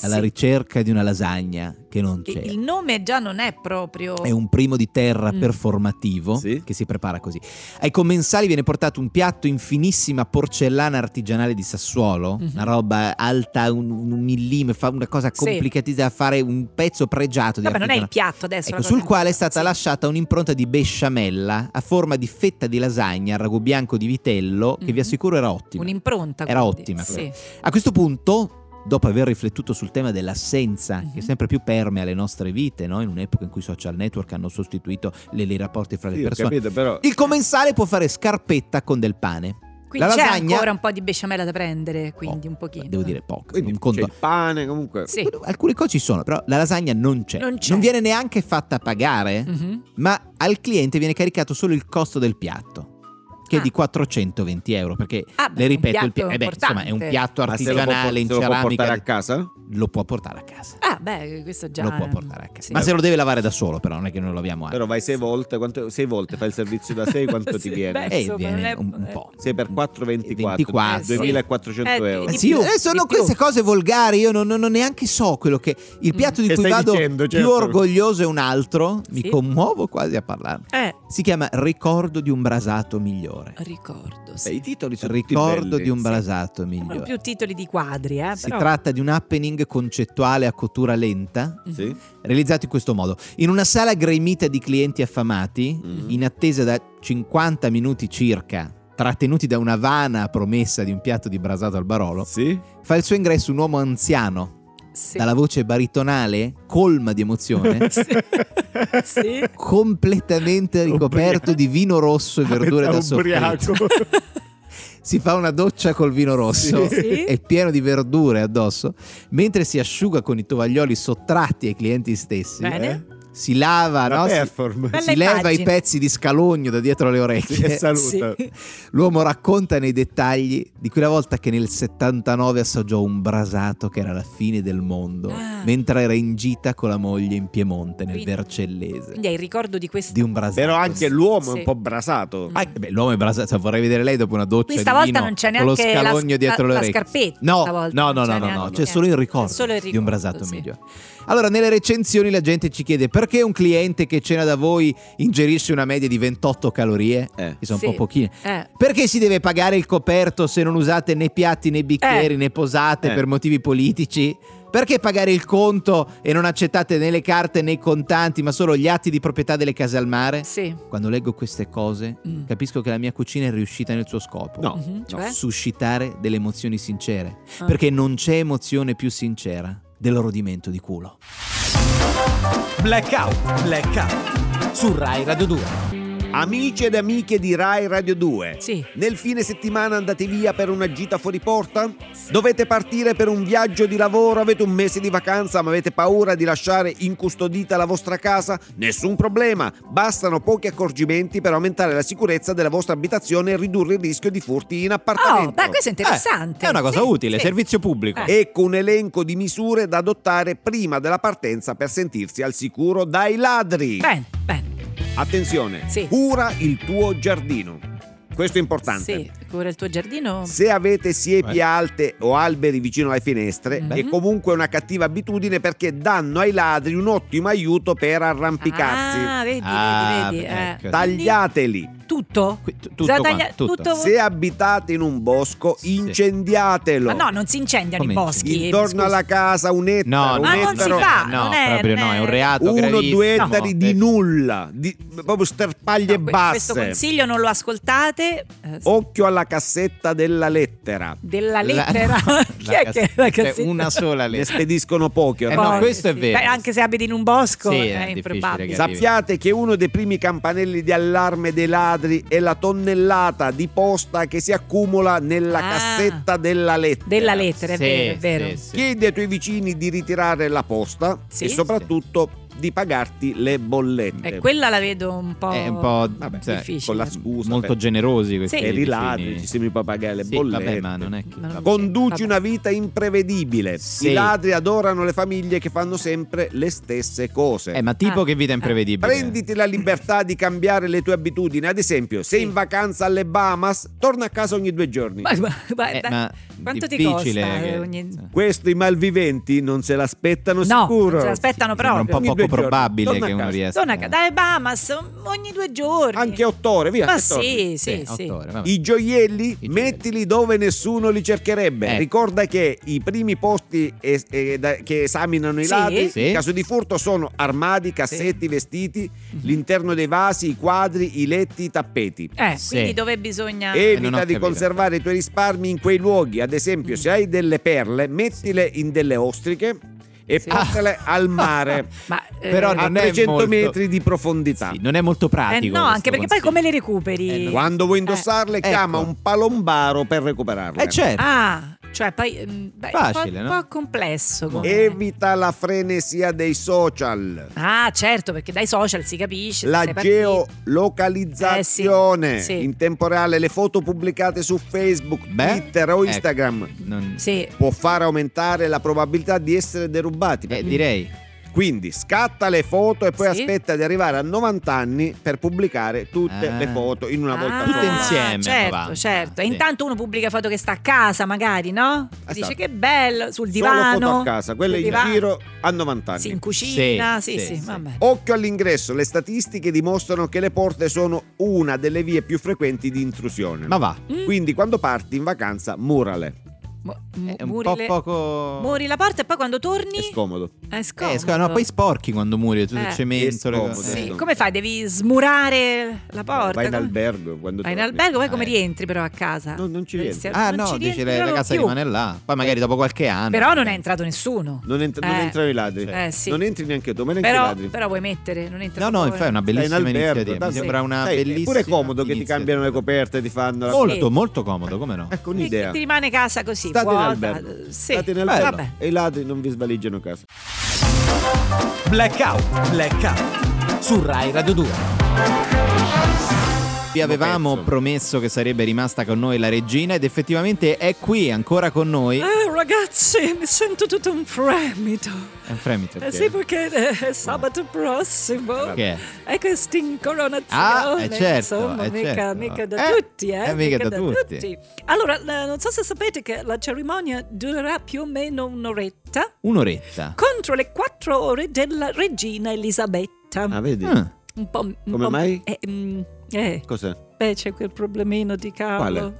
Speaker 1: Alla
Speaker 3: Sì.
Speaker 1: ricerca di una lasagna che non
Speaker 3: E
Speaker 1: c'era.
Speaker 3: Il nome già non è proprio...
Speaker 1: È un primo di terra
Speaker 3: Mm.
Speaker 1: performativo
Speaker 2: Sì.
Speaker 1: che si prepara così. Ai commensali viene portato un piatto in finissima porcellana artigianale di Sassuolo,
Speaker 3: Mhm.
Speaker 1: una roba alta un, un millimetro, fa una cosa
Speaker 3: Sì.
Speaker 1: complicatita da fare, un pezzo pregiato di
Speaker 3: Vabbè, non è il
Speaker 1: artigianato.
Speaker 3: piatto adesso.
Speaker 1: Ecco,
Speaker 3: la
Speaker 1: sul
Speaker 3: cosa-
Speaker 1: quale è stata
Speaker 3: Sì.
Speaker 1: lasciata un'impronta di besciamella a forma di fetta di lasagna al ragù bianco di vitello, che vi
Speaker 3: Mhm.
Speaker 1: assicuro era ottima.
Speaker 3: Un'impronta.
Speaker 1: Era
Speaker 3: quindi.
Speaker 1: ottima
Speaker 3: Sì.
Speaker 1: A questo punto, dopo aver riflettuto sul tema dell'assenza,
Speaker 3: Mhm.
Speaker 1: che sempre più permea le nostre vite, no? in un'epoca in cui i social network hanno sostituito le- i rapporti fra le
Speaker 2: Sì, ho
Speaker 1: persone,
Speaker 2: capito, però...
Speaker 1: il commensale può fare scarpetta con del pane.
Speaker 3: Quindi
Speaker 1: La
Speaker 3: c'è
Speaker 1: lasagna-
Speaker 3: ancora un po' di besciamella da prendere, quindi
Speaker 1: Oh,
Speaker 3: un pochino.
Speaker 1: Devo dire poco.
Speaker 2: Quindi
Speaker 1: non
Speaker 2: c'è
Speaker 1: conto-
Speaker 2: il pane, comunque...
Speaker 3: Sì.
Speaker 1: Alcune cose ci sono, però la lasagna non c'è.
Speaker 3: Non c'è.
Speaker 1: viene neanche fatta pagare.
Speaker 3: Mhm.
Speaker 1: ma al cliente viene caricato solo il costo del piatto che
Speaker 3: Ah.
Speaker 1: è di 420 euro perché
Speaker 3: Ah, beh,
Speaker 1: le
Speaker 3: un
Speaker 1: ripeto il
Speaker 3: piatto
Speaker 1: pi- eh beh, insomma è un
Speaker 3: importante.
Speaker 1: piatto
Speaker 2: Ma se lo può, por-
Speaker 1: artigianale in
Speaker 2: se lo può portare a
Speaker 1: ceramica
Speaker 2: casa?
Speaker 1: lo può portare a casa
Speaker 3: Ah, beh, questo già...
Speaker 1: lo può portare a casa
Speaker 3: Sì.
Speaker 1: ma se lo deve lavare da solo però non è che noi lo laviamo anche
Speaker 2: Però vai sei volte, quanto, sei volte fai il servizio da sei, quanto ti
Speaker 3: Sì,
Speaker 2: viene?
Speaker 3: beh.
Speaker 1: e
Speaker 3: insomma, non
Speaker 1: viene
Speaker 3: è-
Speaker 1: un, un po'
Speaker 2: 6 per 4, 24,
Speaker 1: 24.
Speaker 3: Eh, sì.
Speaker 2: 2400
Speaker 3: Eh, di-
Speaker 2: euro.
Speaker 1: Eh
Speaker 3: di
Speaker 1: sì,
Speaker 3: più,
Speaker 1: eh, sono
Speaker 3: di più.
Speaker 1: queste cose volgari, io non, non- non neanche so quello che... Il
Speaker 3: Mm.
Speaker 1: piatto di
Speaker 2: E
Speaker 1: cui
Speaker 2: stai
Speaker 1: vado
Speaker 2: dicendo,
Speaker 1: più
Speaker 2: certo.
Speaker 1: orgoglioso è un altro, mi
Speaker 3: Sì.
Speaker 1: commuovo quasi a parlarne,
Speaker 3: Eh,
Speaker 1: si chiama Ricordo di un brasato migliore.
Speaker 3: ricordo,
Speaker 2: Beh,
Speaker 3: Eh, sì.
Speaker 2: I titoli sono tutti
Speaker 1: Ricordo
Speaker 2: belli.
Speaker 1: di un
Speaker 2: Sì.
Speaker 1: brasato
Speaker 3: Sono
Speaker 1: migliore.
Speaker 3: più titoli di quadri, eh,
Speaker 1: Si
Speaker 3: però...
Speaker 1: tratta di un happening concettuale a cottura lenta,
Speaker 3: Mhm.
Speaker 2: Sì?
Speaker 1: realizzato in questo modo. In una sala gremita di clienti affamati,
Speaker 2: Mhm.
Speaker 1: in attesa da 50 minuti circa, trattenuti da una vana promessa di un piatto di brasato al barolo,
Speaker 2: Sì?
Speaker 1: fa il suo ingresso un uomo anziano,
Speaker 3: Sì.
Speaker 1: dalla voce baritonale, colma di emozione,
Speaker 3: sì.
Speaker 1: completamente ricoperto di vino rosso
Speaker 2: Ah,
Speaker 1: e verdure da soffritto. Si fa una doccia col vino rosso
Speaker 3: Sì. Sì.
Speaker 1: è pieno di verdure addosso, mentre si asciuga con i tovaglioli sottratti ai clienti stessi. eh,
Speaker 3: Bene.
Speaker 1: Si lava,
Speaker 2: La
Speaker 1: Ah, no? Si-
Speaker 2: performance.
Speaker 1: si
Speaker 3: Bella
Speaker 1: leva i
Speaker 3: immagine.
Speaker 1: pezzi di scalogno da dietro le
Speaker 2: Sì, e
Speaker 1: orecchie.
Speaker 2: saluta.
Speaker 3: Sì. esatto.
Speaker 1: L'uomo racconta nei dettagli di quella volta che nel 79 assaggiò un brasato che era la fine del mondo,
Speaker 3: Ah.
Speaker 1: mentre era in gita con la moglie in Piemonte, nel
Speaker 3: Quindi-
Speaker 1: Vercellese.
Speaker 3: Quindi hai il ricordo di questo. Mm.
Speaker 1: Di un brasato.
Speaker 2: Però anche l'uomo è
Speaker 3: Sì.
Speaker 2: un po' brasato.
Speaker 1: Ah, beh, l'uomo è brasato, cioè, vorrei vedere lei dopo una doccia
Speaker 3: Questa
Speaker 1: di
Speaker 3: volta
Speaker 1: vino
Speaker 3: non c'è
Speaker 1: con lo
Speaker 3: neanche la,
Speaker 1: scalogno dietro le
Speaker 3: la- la
Speaker 1: orecchie.
Speaker 3: scarpetta.
Speaker 1: No,
Speaker 3: stavolta,
Speaker 1: no, no,
Speaker 3: non
Speaker 1: no, no,
Speaker 3: c'è
Speaker 1: no,
Speaker 3: neanche-
Speaker 1: c'è solo il ricordo,
Speaker 3: C'è solo il
Speaker 1: di un
Speaker 3: ricordo,
Speaker 1: brasato
Speaker 3: sì.
Speaker 1: migliore. Allora, nelle recensioni la gente ci chiede perché un cliente che cena da voi ingerisce una media di 28 calorie,
Speaker 2: Eh.
Speaker 1: che sono
Speaker 3: Sì.
Speaker 1: un po' pochine.
Speaker 3: Eh,
Speaker 1: Perché si deve pagare il coperto se non usate né piatti né bicchieri
Speaker 3: Eh.
Speaker 1: né posate
Speaker 2: Eh.
Speaker 1: per motivi politici? Perché pagare il conto e non accettate né le carte né i contanti, ma solo gli atti di proprietà delle case al mare?
Speaker 3: sì.
Speaker 1: Quando leggo queste cose,
Speaker 3: Mm.
Speaker 1: capisco che la mia cucina è riuscita nel suo scopo.
Speaker 2: No,
Speaker 3: Mhm,
Speaker 2: no.
Speaker 3: cioè?
Speaker 1: Suscitare delle emozioni sincere.
Speaker 3: Ah.
Speaker 1: Perché non c'è emozione più sincera del rodimento di culo.
Speaker 4: Blackout, blackout. Su Rai Radio 2.
Speaker 2: Amici ed amiche di Rai Radio 2.
Speaker 3: Sì.
Speaker 2: Nel fine settimana andate via per una gita fuori porta? Dovete partire per un viaggio di lavoro, avete un mese di vacanza ma avete paura di lasciare incustodita la vostra casa? Nessun problema, bastano pochi accorgimenti per aumentare la sicurezza della vostra abitazione e ridurre il rischio di furti in appartamento.
Speaker 3: Oh, beh, questo è
Speaker 1: Ah,
Speaker 3: interessante.
Speaker 1: Eh, è una cosa
Speaker 3: Sì,
Speaker 1: utile,
Speaker 3: sì.
Speaker 1: servizio pubblico.
Speaker 3: Eh.
Speaker 2: Ecco un elenco di misure da adottare prima della partenza per sentirsi al sicuro dai ladri.
Speaker 3: Bene, bene.
Speaker 2: Attenzione,
Speaker 3: Sì.
Speaker 2: cura il tuo giardino. Questo è importante.
Speaker 3: Sì, cura il tuo giardino.
Speaker 2: Se avete siepi
Speaker 1: Beh.
Speaker 2: alte o alberi vicino alle finestre,
Speaker 3: Mhm.
Speaker 2: è comunque una cattiva abitudine perché danno ai ladri un ottimo aiuto per arrampicazzi.
Speaker 3: Ah, vedi,
Speaker 1: Ah,
Speaker 3: vedi, vedi.
Speaker 1: beh,
Speaker 3: eh.
Speaker 1: ecco.
Speaker 2: Tagliateli.
Speaker 3: Tutto?
Speaker 1: Qui- tu- tutto
Speaker 3: Bisogna
Speaker 1: qua,
Speaker 3: tagliare-
Speaker 1: tutto.
Speaker 2: Se abitate in un bosco,
Speaker 1: Sì.
Speaker 2: incendiatelo.
Speaker 3: Ma no, non si incendiano
Speaker 1: Come
Speaker 3: i boschi.
Speaker 2: Intorno
Speaker 3: scusa.
Speaker 2: alla casa un ettaro,
Speaker 1: No,
Speaker 2: un
Speaker 3: Ma non si
Speaker 2: ettaro,
Speaker 3: fa, Ecco.
Speaker 1: no,
Speaker 3: non è-
Speaker 1: proprio
Speaker 3: non
Speaker 1: no,
Speaker 3: è-
Speaker 1: è un reato
Speaker 2: uno o
Speaker 1: gravissimo.
Speaker 2: due ettari di
Speaker 1: Eh,
Speaker 2: nulla, di- proprio sterpaglie
Speaker 3: No, que-
Speaker 2: basse.
Speaker 3: Questo consiglio non lo ascoltate. eh,
Speaker 2: Occhio alla cassetta della lettera.
Speaker 3: della
Speaker 1: Oh, la-
Speaker 3: lettera.
Speaker 1: la
Speaker 3: Chi è che è la
Speaker 1: cioè,
Speaker 3: cassetta?
Speaker 1: Una sola
Speaker 2: Ne
Speaker 1: lettera.
Speaker 2: spediscono poche.
Speaker 1: Eh no,
Speaker 3: Poi,
Speaker 1: questo è
Speaker 3: sì.
Speaker 1: vero.
Speaker 3: Beh, anche se abiti in un bosco
Speaker 1: Sì, è
Speaker 3: è,
Speaker 1: difficile,
Speaker 3: improbabile.
Speaker 1: ragazzi.
Speaker 2: Sappiate che uno dei primi campanelli di allarme dei ladri è la tonnellata di posta che si accumula nella
Speaker 3: Ah.
Speaker 2: cassetta della lettera.
Speaker 3: Della lettera, è
Speaker 1: Sì,
Speaker 3: vero, è vero.
Speaker 1: sì, sì.
Speaker 2: Chiedi ai tuoi vicini di ritirare la posta
Speaker 3: Sì.
Speaker 2: e soprattutto di pagarti le bollette.
Speaker 3: Eh, quella la vedo un po',
Speaker 1: È un po',
Speaker 2: Vabbè,
Speaker 1: cioè,
Speaker 3: difficile.
Speaker 2: Con la scusa.
Speaker 1: molto
Speaker 2: per-
Speaker 1: generosi questi
Speaker 3: Sì.
Speaker 2: per i ladri,
Speaker 1: vicini.
Speaker 2: ci si mi può pagare le
Speaker 1: Sì,
Speaker 2: bollette.
Speaker 1: Vabbè, ma non è che...
Speaker 3: Ma non-
Speaker 1: vabbè.
Speaker 2: Conduci
Speaker 3: Vabbè.
Speaker 2: una vita imprevedibile.
Speaker 1: Sì.
Speaker 2: I ladri adorano le famiglie che fanno sempre le stesse cose.
Speaker 1: Eh, ma tipo
Speaker 3: Ah.
Speaker 1: che vita imprevedibile.
Speaker 2: Prenditi la libertà di cambiare le tue abitudini. Ad esempio, sei
Speaker 3: Sì.
Speaker 2: in vacanza alle Bahamas, torna a casa ogni due giorni.
Speaker 3: Ma, ma- ma-
Speaker 1: Eh,
Speaker 3: dai,
Speaker 1: ma
Speaker 3: quanto ti costa? eh,
Speaker 1: difficile che-
Speaker 3: ogni-
Speaker 1: cioè,
Speaker 2: Questo i malviventi non se
Speaker 3: No,
Speaker 2: l'aspettano sicuro.
Speaker 3: non se l'aspettano
Speaker 1: sembra un
Speaker 3: proprio.
Speaker 1: po'
Speaker 2: Ogni
Speaker 1: poco
Speaker 2: due giorni.
Speaker 1: probabile
Speaker 2: Torna
Speaker 1: che
Speaker 2: a
Speaker 1: uno
Speaker 2: casa.
Speaker 1: riesca...
Speaker 3: Torna a ca- dai Bahamas mm, ogni due giorni.
Speaker 2: Anche otto ore, via.
Speaker 3: Ma
Speaker 2: che torni.
Speaker 3: sì, sì,
Speaker 1: Sì,
Speaker 3: sì.
Speaker 1: otto ore, vabbè.
Speaker 2: I gioielli,
Speaker 1: gioielli.
Speaker 2: mettili dove nessuno li cercherebbe.
Speaker 1: Ecco.
Speaker 2: Ricorda che i primi posti es- eh, da- che esaminano i
Speaker 3: Sì.
Speaker 2: ladri
Speaker 1: Sì.
Speaker 2: in caso di furto sono armadi, cassetti, vestiti, l'interno dei vasi, i quadri, i letti, i tappeti.
Speaker 3: Eh,
Speaker 1: Sì.
Speaker 3: quindi dove bisogna...
Speaker 1: Eh, non ho
Speaker 2: Eh, Evita di
Speaker 1: capito. Mm.
Speaker 2: conservare i tuoi risparmi in quei luoghi. Ad esempio, se hai delle perle, mettile in delle ostriche e
Speaker 3: Sì.
Speaker 2: portale al mare
Speaker 3: Ma, eh,
Speaker 1: Però
Speaker 2: a
Speaker 1: non è
Speaker 2: 300
Speaker 1: molto-
Speaker 2: metri di profondità.
Speaker 1: Sì, non è molto
Speaker 3: eh,
Speaker 1: pratico.
Speaker 3: no,
Speaker 1: questo
Speaker 3: anche perché poi
Speaker 1: consiglio.
Speaker 3: come le recuperi?
Speaker 1: Eh, no.
Speaker 2: Quando vuoi indossarle,
Speaker 1: ecco.
Speaker 2: chiama un palombaro per recuperarle.
Speaker 1: Eh certo.
Speaker 3: Ah, cioè poi... mm, beh,
Speaker 1: Facile,
Speaker 3: un po',
Speaker 1: no?
Speaker 3: un po' complesso. come-
Speaker 2: Evita la frenesia dei social.
Speaker 1: Eh,
Speaker 3: Ah, certo, perché dai social si
Speaker 1: cioè,
Speaker 3: capisce. se
Speaker 2: La
Speaker 3: sei partito.
Speaker 2: geolocalizzazione
Speaker 3: Eh, sì, sì.
Speaker 2: in tempo reale, le foto pubblicate su Facebook,
Speaker 1: Beh,
Speaker 2: Twitter o
Speaker 1: ecco.
Speaker 2: Instagram
Speaker 1: Non-
Speaker 3: Sì.
Speaker 2: può far aumentare la probabilità di essere derubati.
Speaker 1: eh, direi.
Speaker 2: Quindi scatta le foto e poi
Speaker 3: Sì.
Speaker 2: aspetta di arrivare a 90 anni per pubblicare tutte
Speaker 1: Ah.
Speaker 2: le foto in una volta
Speaker 3: Ah,
Speaker 1: Tutte
Speaker 2: sola.
Speaker 1: insieme,
Speaker 3: Certo,
Speaker 1: va.
Speaker 3: certo.
Speaker 2: eh,
Speaker 3: E
Speaker 1: Sì.
Speaker 3: intanto uno pubblica foto che sta a casa, magari, no?
Speaker 2: Esatto.
Speaker 3: Dice che bello, sul
Speaker 2: Solo
Speaker 3: divano.
Speaker 2: foto a casa, quelle
Speaker 3: sul
Speaker 2: in
Speaker 3: divano.
Speaker 2: giro a 90 anni.
Speaker 3: Sì, in cucina, sì,
Speaker 1: Sì,
Speaker 3: sì,
Speaker 1: sì, sì.
Speaker 3: vabbè.
Speaker 2: Occhio all'ingresso, le statistiche dimostrano che le porte sono una delle vie più frequenti di intrusione.
Speaker 1: Ma va.
Speaker 3: Mm,
Speaker 2: Quindi quando parti in vacanza, murale.
Speaker 3: mo- mu-
Speaker 1: È un
Speaker 3: muri
Speaker 1: po'
Speaker 3: le-
Speaker 1: poco...
Speaker 3: muri la porta e poi quando torni
Speaker 2: È scomodo.
Speaker 3: è
Speaker 1: Eh,
Speaker 3: scomodo.
Speaker 1: scusa, no, poi sporchi quando muri, tutto
Speaker 3: Eh.
Speaker 1: il cemento. le cose.
Speaker 2: È scomodo,
Speaker 3: Sì,
Speaker 2: eh.
Speaker 3: come fai? Devi smurare la porta?
Speaker 2: Vai in
Speaker 3: come-
Speaker 2: albergo quando
Speaker 3: Vai in
Speaker 2: torni.
Speaker 3: albergo, poi come
Speaker 1: Eh.
Speaker 3: rientri però a casa?
Speaker 2: No, non ci
Speaker 3: Non
Speaker 2: rientri.
Speaker 3: si-
Speaker 1: Ah
Speaker 3: non
Speaker 1: no,
Speaker 3: ci
Speaker 1: dice
Speaker 3: rientri
Speaker 1: la- la
Speaker 3: proprio
Speaker 1: casa
Speaker 3: più.
Speaker 1: rimane là. Poi magari dopo qualche anno.
Speaker 3: Però non è entrato nessuno.
Speaker 2: Non, ent- non
Speaker 3: Eh.
Speaker 2: entrano i ladri.
Speaker 3: Eh, sì.
Speaker 2: Non entri neanche tu, ma neanche i
Speaker 3: Però,
Speaker 2: ladri.
Speaker 3: però vuoi mettere, non entra
Speaker 1: No, no,
Speaker 3: proprio-
Speaker 1: infatti è una bellissima
Speaker 2: Stai in albergo,
Speaker 1: iniziativa. Mi
Speaker 2: tanto-
Speaker 1: sembra una
Speaker 2: Sai,
Speaker 1: bellissima.
Speaker 2: È pure comodo che ti
Speaker 1: iniziativa.
Speaker 2: cambiano le coperte, ti fanno la
Speaker 1: Molto,
Speaker 3: Sì.
Speaker 1: molto comodo, come no?
Speaker 2: Ecco
Speaker 3: Quindi
Speaker 2: un'idea.
Speaker 3: Ti rimane casa così,
Speaker 2: State in
Speaker 3: vuota. eh,
Speaker 2: albergo.
Speaker 3: Sì,
Speaker 2: State in albergo
Speaker 3: vabbè.
Speaker 2: e i ladri non vi svaligiano casa.
Speaker 4: Blackout, blackout. Su Rai Radio 2.
Speaker 1: Vi avevamo
Speaker 2: pezzo.
Speaker 1: promesso che sarebbe rimasta con noi la regina ed effettivamente è qui ancora con noi.
Speaker 8: Eh, ragazzi, mi sento tutto un fremito.
Speaker 1: È un fremito.
Speaker 8: Eh
Speaker 1: ok.
Speaker 8: sì, perché eh, è sabato prossimo.
Speaker 1: Che è?
Speaker 8: E questa
Speaker 1: Ah,
Speaker 8: incoronazione,
Speaker 1: eh, certo,
Speaker 8: insomma,
Speaker 1: eh,
Speaker 8: mica,
Speaker 1: certo.
Speaker 8: mica da
Speaker 1: Eh,
Speaker 8: tutti, eh,
Speaker 1: eh, mica da tutti.
Speaker 8: Allora, eh, non so se sapete che la cerimonia durerà più o meno un'oretta
Speaker 1: Un'oretta.
Speaker 8: contro le quattro ore della regina Elisabetta.
Speaker 2: Ah, vedi?
Speaker 1: Ah,
Speaker 8: Un po', un
Speaker 2: Come
Speaker 8: po'-
Speaker 2: mai?
Speaker 8: Eh, mm, eh,
Speaker 2: Cos'è?
Speaker 8: beh, c'è quel problemino di cavolo.
Speaker 2: Quale?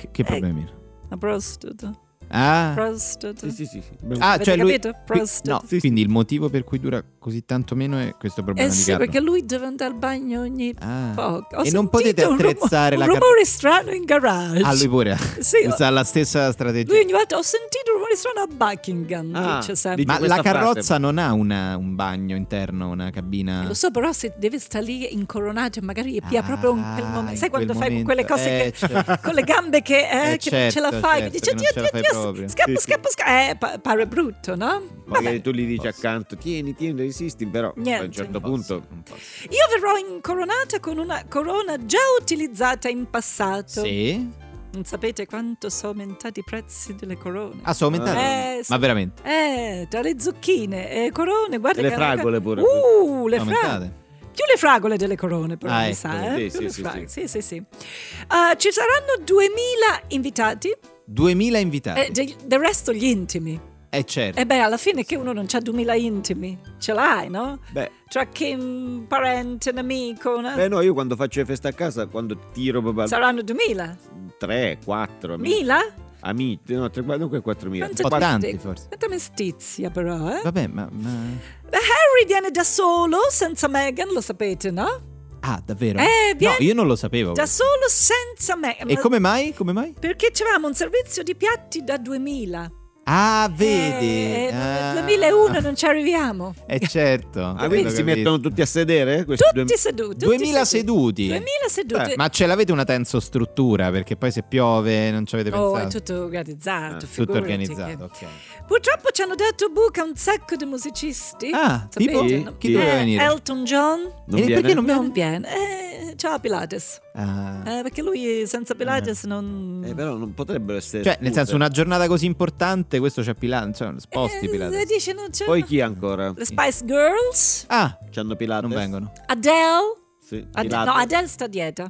Speaker 1: che- che problemi.
Speaker 8: La prostituta,
Speaker 1: Ah,
Speaker 8: prostituta.
Speaker 2: Sì, sì, sì.
Speaker 1: ah
Speaker 8: Avete
Speaker 1: cioè lui.
Speaker 8: capito?
Speaker 1: qui-
Speaker 8: Prostitute.
Speaker 1: No,
Speaker 8: Sì,
Speaker 1: quindi il motivo per cui dura così tanto meno è questo problema
Speaker 8: Eh
Speaker 1: di
Speaker 8: sì,
Speaker 1: Carlo.
Speaker 8: perché lui deve andare al bagno ogni
Speaker 1: Ah.
Speaker 8: poco. Ho
Speaker 1: E non potete
Speaker 8: sentito un rumo-
Speaker 1: attrezzare la
Speaker 8: un
Speaker 1: car-
Speaker 8: rumore strano in garage.
Speaker 1: Ah, lui pure
Speaker 8: Sì,
Speaker 1: usa la stessa
Speaker 8: Lui
Speaker 1: strategia.
Speaker 8: ogni volta ho sentito un
Speaker 3: un ristorante a Buckingham,
Speaker 2: Ah,
Speaker 3: dice sempre.
Speaker 2: Dice
Speaker 1: Ma
Speaker 2: questa
Speaker 1: la carrozza
Speaker 2: frase.
Speaker 1: non ha una- un bagno interno, una cabina.
Speaker 3: Lo so, però se deve stare lì incoronato e magari gli pia proprio in quel
Speaker 1: Ah,
Speaker 3: momento.
Speaker 1: in
Speaker 3: Sai quando
Speaker 1: quel
Speaker 3: fai con quelle
Speaker 1: momento.
Speaker 3: cose
Speaker 1: Eh,
Speaker 3: che,
Speaker 1: certo.
Speaker 3: con le gambe che, eh,
Speaker 1: Eh,
Speaker 3: che non ce la
Speaker 1: certo,
Speaker 3: fai,
Speaker 1: certo,
Speaker 3: che dici,
Speaker 1: che non
Speaker 3: Dio,
Speaker 1: ce
Speaker 3: Dio,
Speaker 1: la fai
Speaker 3: Dio,
Speaker 1: proprio."
Speaker 3: scappa,
Speaker 2: Sì, sì.
Speaker 3: scappa, scappa. Eh, pa- pare brutto, no?
Speaker 2: Magari tu gli dici
Speaker 1: Posso.
Speaker 2: accanto, tieni, tieni, resisti, però a un
Speaker 3: Niente.
Speaker 2: certo
Speaker 1: Non posso,
Speaker 2: punto...
Speaker 1: non posso.
Speaker 3: Io verrò incoronata con una corona già utilizzata in passato.
Speaker 1: Sì?
Speaker 3: Non sapete quanto sono aumentati i prezzi delle corone?
Speaker 1: Ah, sono aumentate?
Speaker 3: Eh, sì.
Speaker 1: Ma veramente?
Speaker 3: Eh, tra le zucchine e corone, guarda
Speaker 2: E le
Speaker 3: che-
Speaker 2: fragole pure.
Speaker 3: Uh, le
Speaker 1: Sono
Speaker 3: fragole.
Speaker 1: aumentate?
Speaker 3: Più le fragole delle corone, però
Speaker 1: Ah,
Speaker 3: mi
Speaker 1: ecco.
Speaker 3: sa, eh?
Speaker 2: Sì,
Speaker 3: Più
Speaker 2: sì,
Speaker 3: le
Speaker 2: sì,
Speaker 3: fragole. sì, sì, sì. Eh, ci saranno 2000 invitati
Speaker 1: 2000
Speaker 2: Ah.
Speaker 1: invitati.
Speaker 3: e de- del resto gli intimi.
Speaker 1: Eh, certo.
Speaker 3: E beh, alla fine che uno non c'ha 2000 intimi, ce l'hai, no?
Speaker 2: Beh,
Speaker 3: Tra che un parente, un amico, una-
Speaker 2: eh, no, io quando faccio le feste a casa, quando tiro proprio al
Speaker 3: saranno 2000?
Speaker 2: 3, 4 amici,
Speaker 3: 1000?
Speaker 2: amici no, 3, 4, 4 mila.
Speaker 3: Quanto-
Speaker 1: Un po'
Speaker 3: Guarda-
Speaker 1: tanti, forse.
Speaker 3: Quanta mestizia però, eh?
Speaker 1: Vabbè, ma, ma-
Speaker 3: Harry viene da solo, senza Meghan, lo sapete, no?
Speaker 1: Ah, davvero?
Speaker 3: Eh,
Speaker 1: no,
Speaker 3: vieni-
Speaker 1: io non lo sapevo.
Speaker 3: Da solo, senza Meghan.
Speaker 1: Oh. E
Speaker 3: Ma-
Speaker 1: come mai? Come mai?
Speaker 3: Perché c'avevamo un servizio di piatti da 2000.
Speaker 1: Ah, vedi.
Speaker 3: Eh,
Speaker 1: Ah.
Speaker 3: nel 2001 non ci arriviamo.
Speaker 1: Eh, certo.
Speaker 2: Ah,
Speaker 1: Ho
Speaker 2: quindi si
Speaker 1: capito.
Speaker 2: mettono tutti a sedere? eh, Questi
Speaker 3: Tutti
Speaker 2: due...
Speaker 3: seduti. tutti
Speaker 1: 2000 seduti.
Speaker 3: 2000 seduti.
Speaker 1: Eh, Ma ce l'avete una tensostruttura? Perché poi se piove non ci avete
Speaker 3: Oh, è
Speaker 1: pensato.
Speaker 3: tutto organizzato.
Speaker 1: Ah, Tutto
Speaker 3: figurati
Speaker 1: organizzato,
Speaker 3: che-
Speaker 1: ok.
Speaker 3: Purtroppo ci hanno dato buca un sacco di musicisti.
Speaker 1: Ah,
Speaker 3: Sapete,
Speaker 1: tipo?
Speaker 3: no?
Speaker 1: Chi doveva
Speaker 3: Eh,
Speaker 1: venire?
Speaker 3: Elton John.
Speaker 2: Non
Speaker 1: e
Speaker 2: viene?
Speaker 1: perché non viene?
Speaker 3: Non viene. Eh, ciao Pilates.
Speaker 1: Ah.
Speaker 3: Eh, perché lui senza Pilates non...
Speaker 2: Eh, però non potrebbero essere...
Speaker 1: Cioè, nel
Speaker 2: scuse.
Speaker 1: senso, una giornata così importante, questo c'è Pilato, insomma, sposti
Speaker 3: Eh,
Speaker 1: Pilato.
Speaker 3: dice non c'è...
Speaker 2: Poi chi ancora?
Speaker 3: Le Spice Girls.
Speaker 1: Ah,
Speaker 2: C'hanno Pilates?
Speaker 1: non vengono.
Speaker 3: eh, Adele.
Speaker 2: Sì,
Speaker 3: Ad-
Speaker 2: Pilates.
Speaker 3: Ah, no, Adele sta a dieta.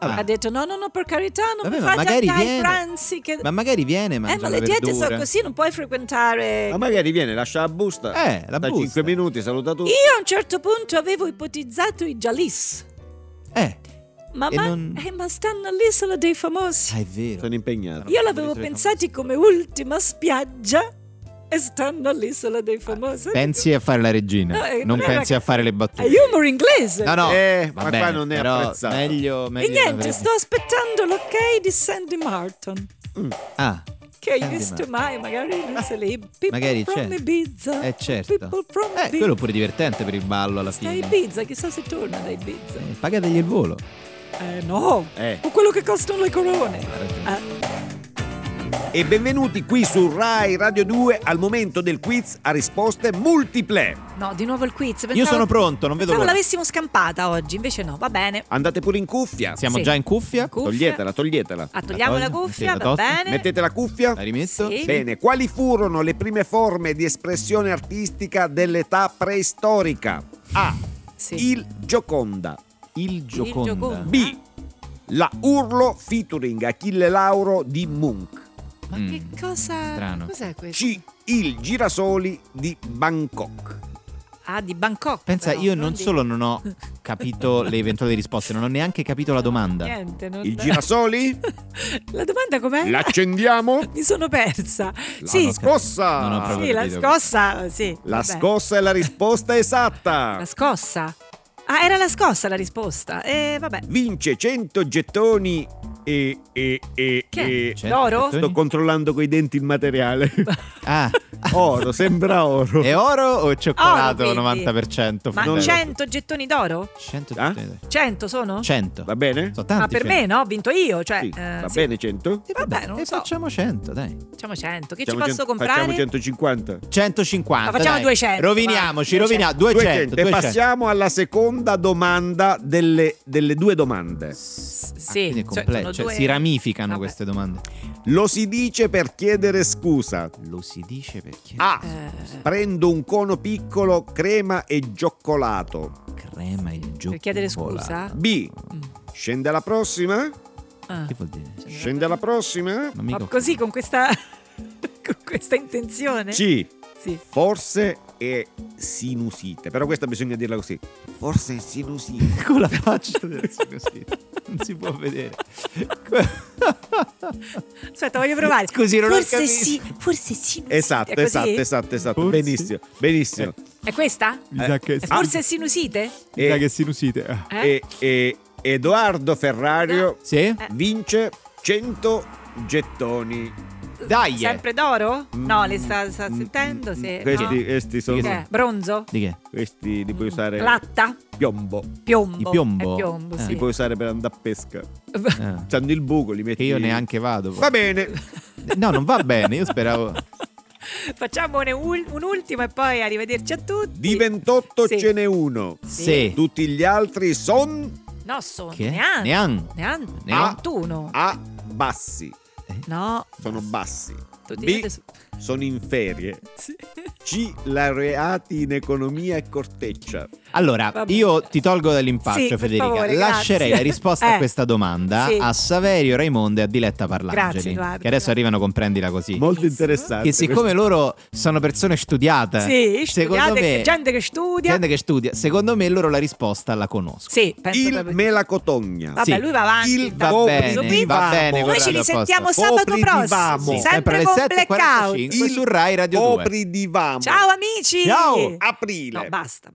Speaker 1: Vabbè.
Speaker 3: Ha detto no, no, no, per carità, non
Speaker 1: Ah, Vabbè,
Speaker 3: mi
Speaker 1: ma
Speaker 3: fate
Speaker 1: magari
Speaker 3: andare ai
Speaker 1: viene.
Speaker 3: pranzi che...
Speaker 1: Ma magari viene,
Speaker 3: eh,
Speaker 1: mangia
Speaker 3: ma
Speaker 1: la
Speaker 3: le diete
Speaker 1: verdura.
Speaker 3: sono così, non puoi frequentare...
Speaker 2: Ma magari viene, lascia la busta.
Speaker 1: Eh, la
Speaker 2: da
Speaker 1: busta.
Speaker 2: 5 minuti, saluta tutti.
Speaker 3: Io a un certo punto avevo ipotizzato i Jalis,
Speaker 1: Eh,
Speaker 3: ma,
Speaker 1: E
Speaker 3: ma-
Speaker 1: non-
Speaker 3: eh, ma stanno all'isola dei famosi.
Speaker 1: ah, è vero.
Speaker 2: Sono impegnato.
Speaker 3: Io l'avevo pensati come ultima spiaggia e stanno all'isola dei famosi.
Speaker 1: Pensi a fare la regina,
Speaker 3: No, eh,
Speaker 1: non
Speaker 3: quella
Speaker 1: pensi
Speaker 3: che- Eh,
Speaker 1: a fare le
Speaker 3: È
Speaker 1: battute.
Speaker 3: humor inglese.
Speaker 1: No, no,
Speaker 2: Eh,
Speaker 1: va
Speaker 2: ma
Speaker 1: bene,
Speaker 2: qua non è
Speaker 1: però
Speaker 2: apprezzato.
Speaker 1: Meglio,
Speaker 3: E
Speaker 1: meglio
Speaker 3: niente,
Speaker 1: avere-
Speaker 3: sto aspettando l'ok di Sandy Martin.
Speaker 1: Ah,
Speaker 3: Che hai
Speaker 1: Sandy
Speaker 3: visto
Speaker 1: Martin.
Speaker 3: mai, magari non se lì. People
Speaker 1: Magari
Speaker 3: from
Speaker 1: c'è.
Speaker 3: Ibiza.
Speaker 1: eh certo.
Speaker 3: People from
Speaker 1: Eh,
Speaker 3: Ibiza.
Speaker 1: quello pure divertente per il ballo alla
Speaker 3: Sta a
Speaker 1: fine.
Speaker 3: Ibiza, chissà se torna da Ibiza.
Speaker 1: Eh, Pagategli il volo.
Speaker 3: Eh no,
Speaker 2: Eh.
Speaker 3: o quello che costano le corone.
Speaker 1: Ha Ah, ragione.
Speaker 2: E benvenuti qui su Rai Radio 2 al momento del quiz a risposte multiple.
Speaker 3: Eh,
Speaker 9: No, di nuovo il quiz. Pensavo,
Speaker 1: Io sono pronto, non vedo
Speaker 9: Pensavo
Speaker 1: l'ora.
Speaker 9: l'avessimo scampata oggi, invece no, va bene.
Speaker 2: Andate pure in cuffia.
Speaker 1: Siamo
Speaker 9: Sì.
Speaker 1: già in cuffia?
Speaker 9: Cuffia.
Speaker 2: Toglietela, toglietela.
Speaker 9: Ah, togliamo
Speaker 1: La
Speaker 9: la
Speaker 1: togli-
Speaker 9: cuffia,
Speaker 1: sì, la
Speaker 9: va
Speaker 1: togli.
Speaker 3: eh.
Speaker 9: bene.
Speaker 2: Mettete la cuffia.
Speaker 1: La rimetto?
Speaker 9: Sì.
Speaker 2: Bene, quali furono le prime forme di espressione artistica dell'età preistorica? A.
Speaker 9: Sì.
Speaker 2: Il Gioconda.
Speaker 1: Il Gioconda.
Speaker 9: Gioconda.
Speaker 2: B. La Urlo featuring Achille Lauro di Munch.
Speaker 9: Ma
Speaker 1: Mm.
Speaker 9: che cosa...
Speaker 1: Strano.
Speaker 9: Cos'è questo?
Speaker 2: C. Il Girasoli di Bangkok.
Speaker 9: Ah, di Bangkok.
Speaker 1: Pensa,
Speaker 9: però,
Speaker 1: io non
Speaker 9: di-
Speaker 1: solo non ho capito le eventuali risposte, non ho neanche capito la domanda.
Speaker 3: Niente, non...
Speaker 2: Il Girasoli?
Speaker 3: La domanda com'è?
Speaker 2: L'accendiamo?
Speaker 3: Mi sono persa.
Speaker 2: La
Speaker 3: sì,
Speaker 2: scossa!
Speaker 1: Ah, Non ho proprio
Speaker 3: sì, la
Speaker 1: capito.
Speaker 3: scossa, sì.
Speaker 2: La
Speaker 3: vabbè.
Speaker 2: scossa è la risposta
Speaker 9: La
Speaker 2: esatta.
Speaker 9: scossa. Ah, era la scossa la risposta. E vabbè.
Speaker 2: Vince 100 gettoni e... e, e,
Speaker 9: Che
Speaker 2: e...
Speaker 9: è?
Speaker 1: Cento
Speaker 9: D'oro?
Speaker 1: gettoni?
Speaker 2: Sto controllando coi denti il materiale.
Speaker 1: Ah,
Speaker 2: Oro, sembra oro.
Speaker 1: è oro o cioccolato
Speaker 9: Oro, quindi.
Speaker 1: 90%?
Speaker 9: Ma
Speaker 2: Non lo so.
Speaker 9: 100 gettoni d'oro?
Speaker 1: 100
Speaker 2: Ah?
Speaker 9: 100 sono?
Speaker 1: 100.
Speaker 2: Va bene?
Speaker 1: Sono
Speaker 9: Ma
Speaker 1: tanti,
Speaker 9: per
Speaker 1: 100.
Speaker 9: me no, ho vinto io. Cioè,
Speaker 2: Sì,
Speaker 9: eh,
Speaker 2: va
Speaker 9: sì,
Speaker 2: bene 100?
Speaker 1: E
Speaker 9: vabbè,
Speaker 1: vabbè,
Speaker 9: non
Speaker 1: e
Speaker 9: so.
Speaker 1: facciamo 100, dai.
Speaker 9: facciamo 100. Che ci
Speaker 2: Facciamo
Speaker 9: posso
Speaker 2: 100
Speaker 9: comprare?
Speaker 2: Facciamo 150.
Speaker 1: 150.
Speaker 9: Ma facciamo
Speaker 1: dai.
Speaker 9: 200, va.
Speaker 1: Roviniamoci,
Speaker 9: 200.
Speaker 1: roviniamo. 200,
Speaker 2: 200. E
Speaker 1: 200.
Speaker 2: passiamo alla seconda domanda delle, delle due domande.
Speaker 1: Ah,
Speaker 9: Sì,
Speaker 1: quindi
Speaker 9: cioè,
Speaker 1: è
Speaker 9: sono
Speaker 1: completo, cioè,
Speaker 9: due-
Speaker 1: si ramificano
Speaker 9: Vabbè.
Speaker 1: queste domande.
Speaker 2: Lo si dice per chiedere scusa.
Speaker 1: Lo si dice perché
Speaker 2: A.
Speaker 9: Eh,
Speaker 2: Prendo un cono piccolo, crema e cioccolato.
Speaker 1: crema il gioco.
Speaker 9: per chiedere scusa?
Speaker 2: B.
Speaker 3: Mm.
Speaker 2: Scende alla prossima?
Speaker 9: Ah.
Speaker 1: Che vuol dire?
Speaker 2: Scende alla prossima?
Speaker 1: Ma
Speaker 9: Ma
Speaker 1: mica-
Speaker 9: così con questa con questa intenzione?
Speaker 2: C.
Speaker 9: Sì.
Speaker 2: Forse è sinusite. Però questa bisogna dirla così. Forse è sinusite.
Speaker 1: con la faccia del così. Non si può vedere.
Speaker 9: Aspetta, voglio provare.
Speaker 1: Scusi, non ho
Speaker 9: forse
Speaker 1: capito.
Speaker 9: sì, forse sì.
Speaker 2: Esatto,
Speaker 9: È così?
Speaker 2: esatto, esatto, esatto.
Speaker 1: Forse.
Speaker 2: Benissimo, benissimo.
Speaker 9: È questa?
Speaker 1: Mi sa che
Speaker 9: È Forse sinusite?
Speaker 2: E-
Speaker 1: sinusite.
Speaker 9: Eh?
Speaker 2: e, e
Speaker 3: Eh,
Speaker 2: Edoardo Ferrario
Speaker 1: Sì?
Speaker 2: vince 100 gettoni.
Speaker 1: Dai!
Speaker 3: Sempre d'oro? No, li sta, sta sentendo? Sì,
Speaker 2: Mm, Questi,
Speaker 3: no?
Speaker 2: questi sono.
Speaker 3: Che è? Bronzo?
Speaker 1: Di che?
Speaker 2: Questi li puoi usare.
Speaker 3: Latta?
Speaker 2: Piombo.
Speaker 3: Piombo?
Speaker 1: Di piombo?
Speaker 3: È piombo,
Speaker 1: Eh.
Speaker 3: sì.
Speaker 2: Li puoi usare per andare a pesca.
Speaker 1: Eh,
Speaker 2: C'hanno il buco, li metti.
Speaker 1: Che io neanche vado. poi.
Speaker 2: Va bene.
Speaker 1: No, non va bene, io speravo.
Speaker 3: Facciamone un, un'ultima e poi arrivederci a tutti.
Speaker 2: Di 28
Speaker 3: Sì.
Speaker 2: ce n'è uno.
Speaker 1: Se.
Speaker 2: Tutti gli altri son
Speaker 3: No, sono
Speaker 1: Che?
Speaker 3: neanche.
Speaker 1: Neanche.
Speaker 3: Neanche.
Speaker 1: Neanche.
Speaker 3: 81.
Speaker 2: A bassi.
Speaker 3: No.
Speaker 2: Sono bassi.
Speaker 3: Tutti
Speaker 2: B
Speaker 3: gli altri-
Speaker 2: sono in ferie.
Speaker 3: Sì.
Speaker 2: C laureati in economia e corteccia.
Speaker 1: Allora,
Speaker 3: Vabbè.
Speaker 1: io ti tolgo dall'impaccio,
Speaker 3: Sì, per
Speaker 1: Federica.
Speaker 3: favore,
Speaker 1: Lascerei
Speaker 3: grazie.
Speaker 1: la risposta a
Speaker 3: Eh,
Speaker 1: questa domanda
Speaker 3: sì.
Speaker 1: a Saverio Raimondo e a Diletta
Speaker 3: Grazie,
Speaker 1: Parlangeli.
Speaker 3: Edoardo.
Speaker 1: che adesso arrivano con Prendila così.
Speaker 2: Molto interessante.
Speaker 1: che siccome loro sono persone studiate,
Speaker 3: Sì,
Speaker 1: secondo
Speaker 3: studiate,
Speaker 1: me,
Speaker 3: gente che studia.
Speaker 1: gente che studia, secondo me loro la risposta la conoscono.
Speaker 3: Sì, penso
Speaker 2: il
Speaker 3: proprio-
Speaker 2: melacotogna.
Speaker 3: Vabbè,
Speaker 1: Sì.
Speaker 3: lui va avanti.
Speaker 2: Il
Speaker 3: va-
Speaker 1: Va
Speaker 2: Popri
Speaker 1: bene,
Speaker 2: di
Speaker 1: va
Speaker 2: Vamo.
Speaker 1: bene.
Speaker 3: Noi ci
Speaker 1: guardate,
Speaker 3: risentiamo
Speaker 1: apposta.
Speaker 3: sabato
Speaker 2: Poprivamo.
Speaker 3: prossimo,
Speaker 1: Sì,
Speaker 3: sempre
Speaker 1: alle
Speaker 3: con
Speaker 1: 7.45
Speaker 3: blackout.
Speaker 1: su Rai Radio 2.
Speaker 2: Copri di Vamo.
Speaker 3: Ciao amici!
Speaker 2: Ciao, aprile.
Speaker 3: No, basta.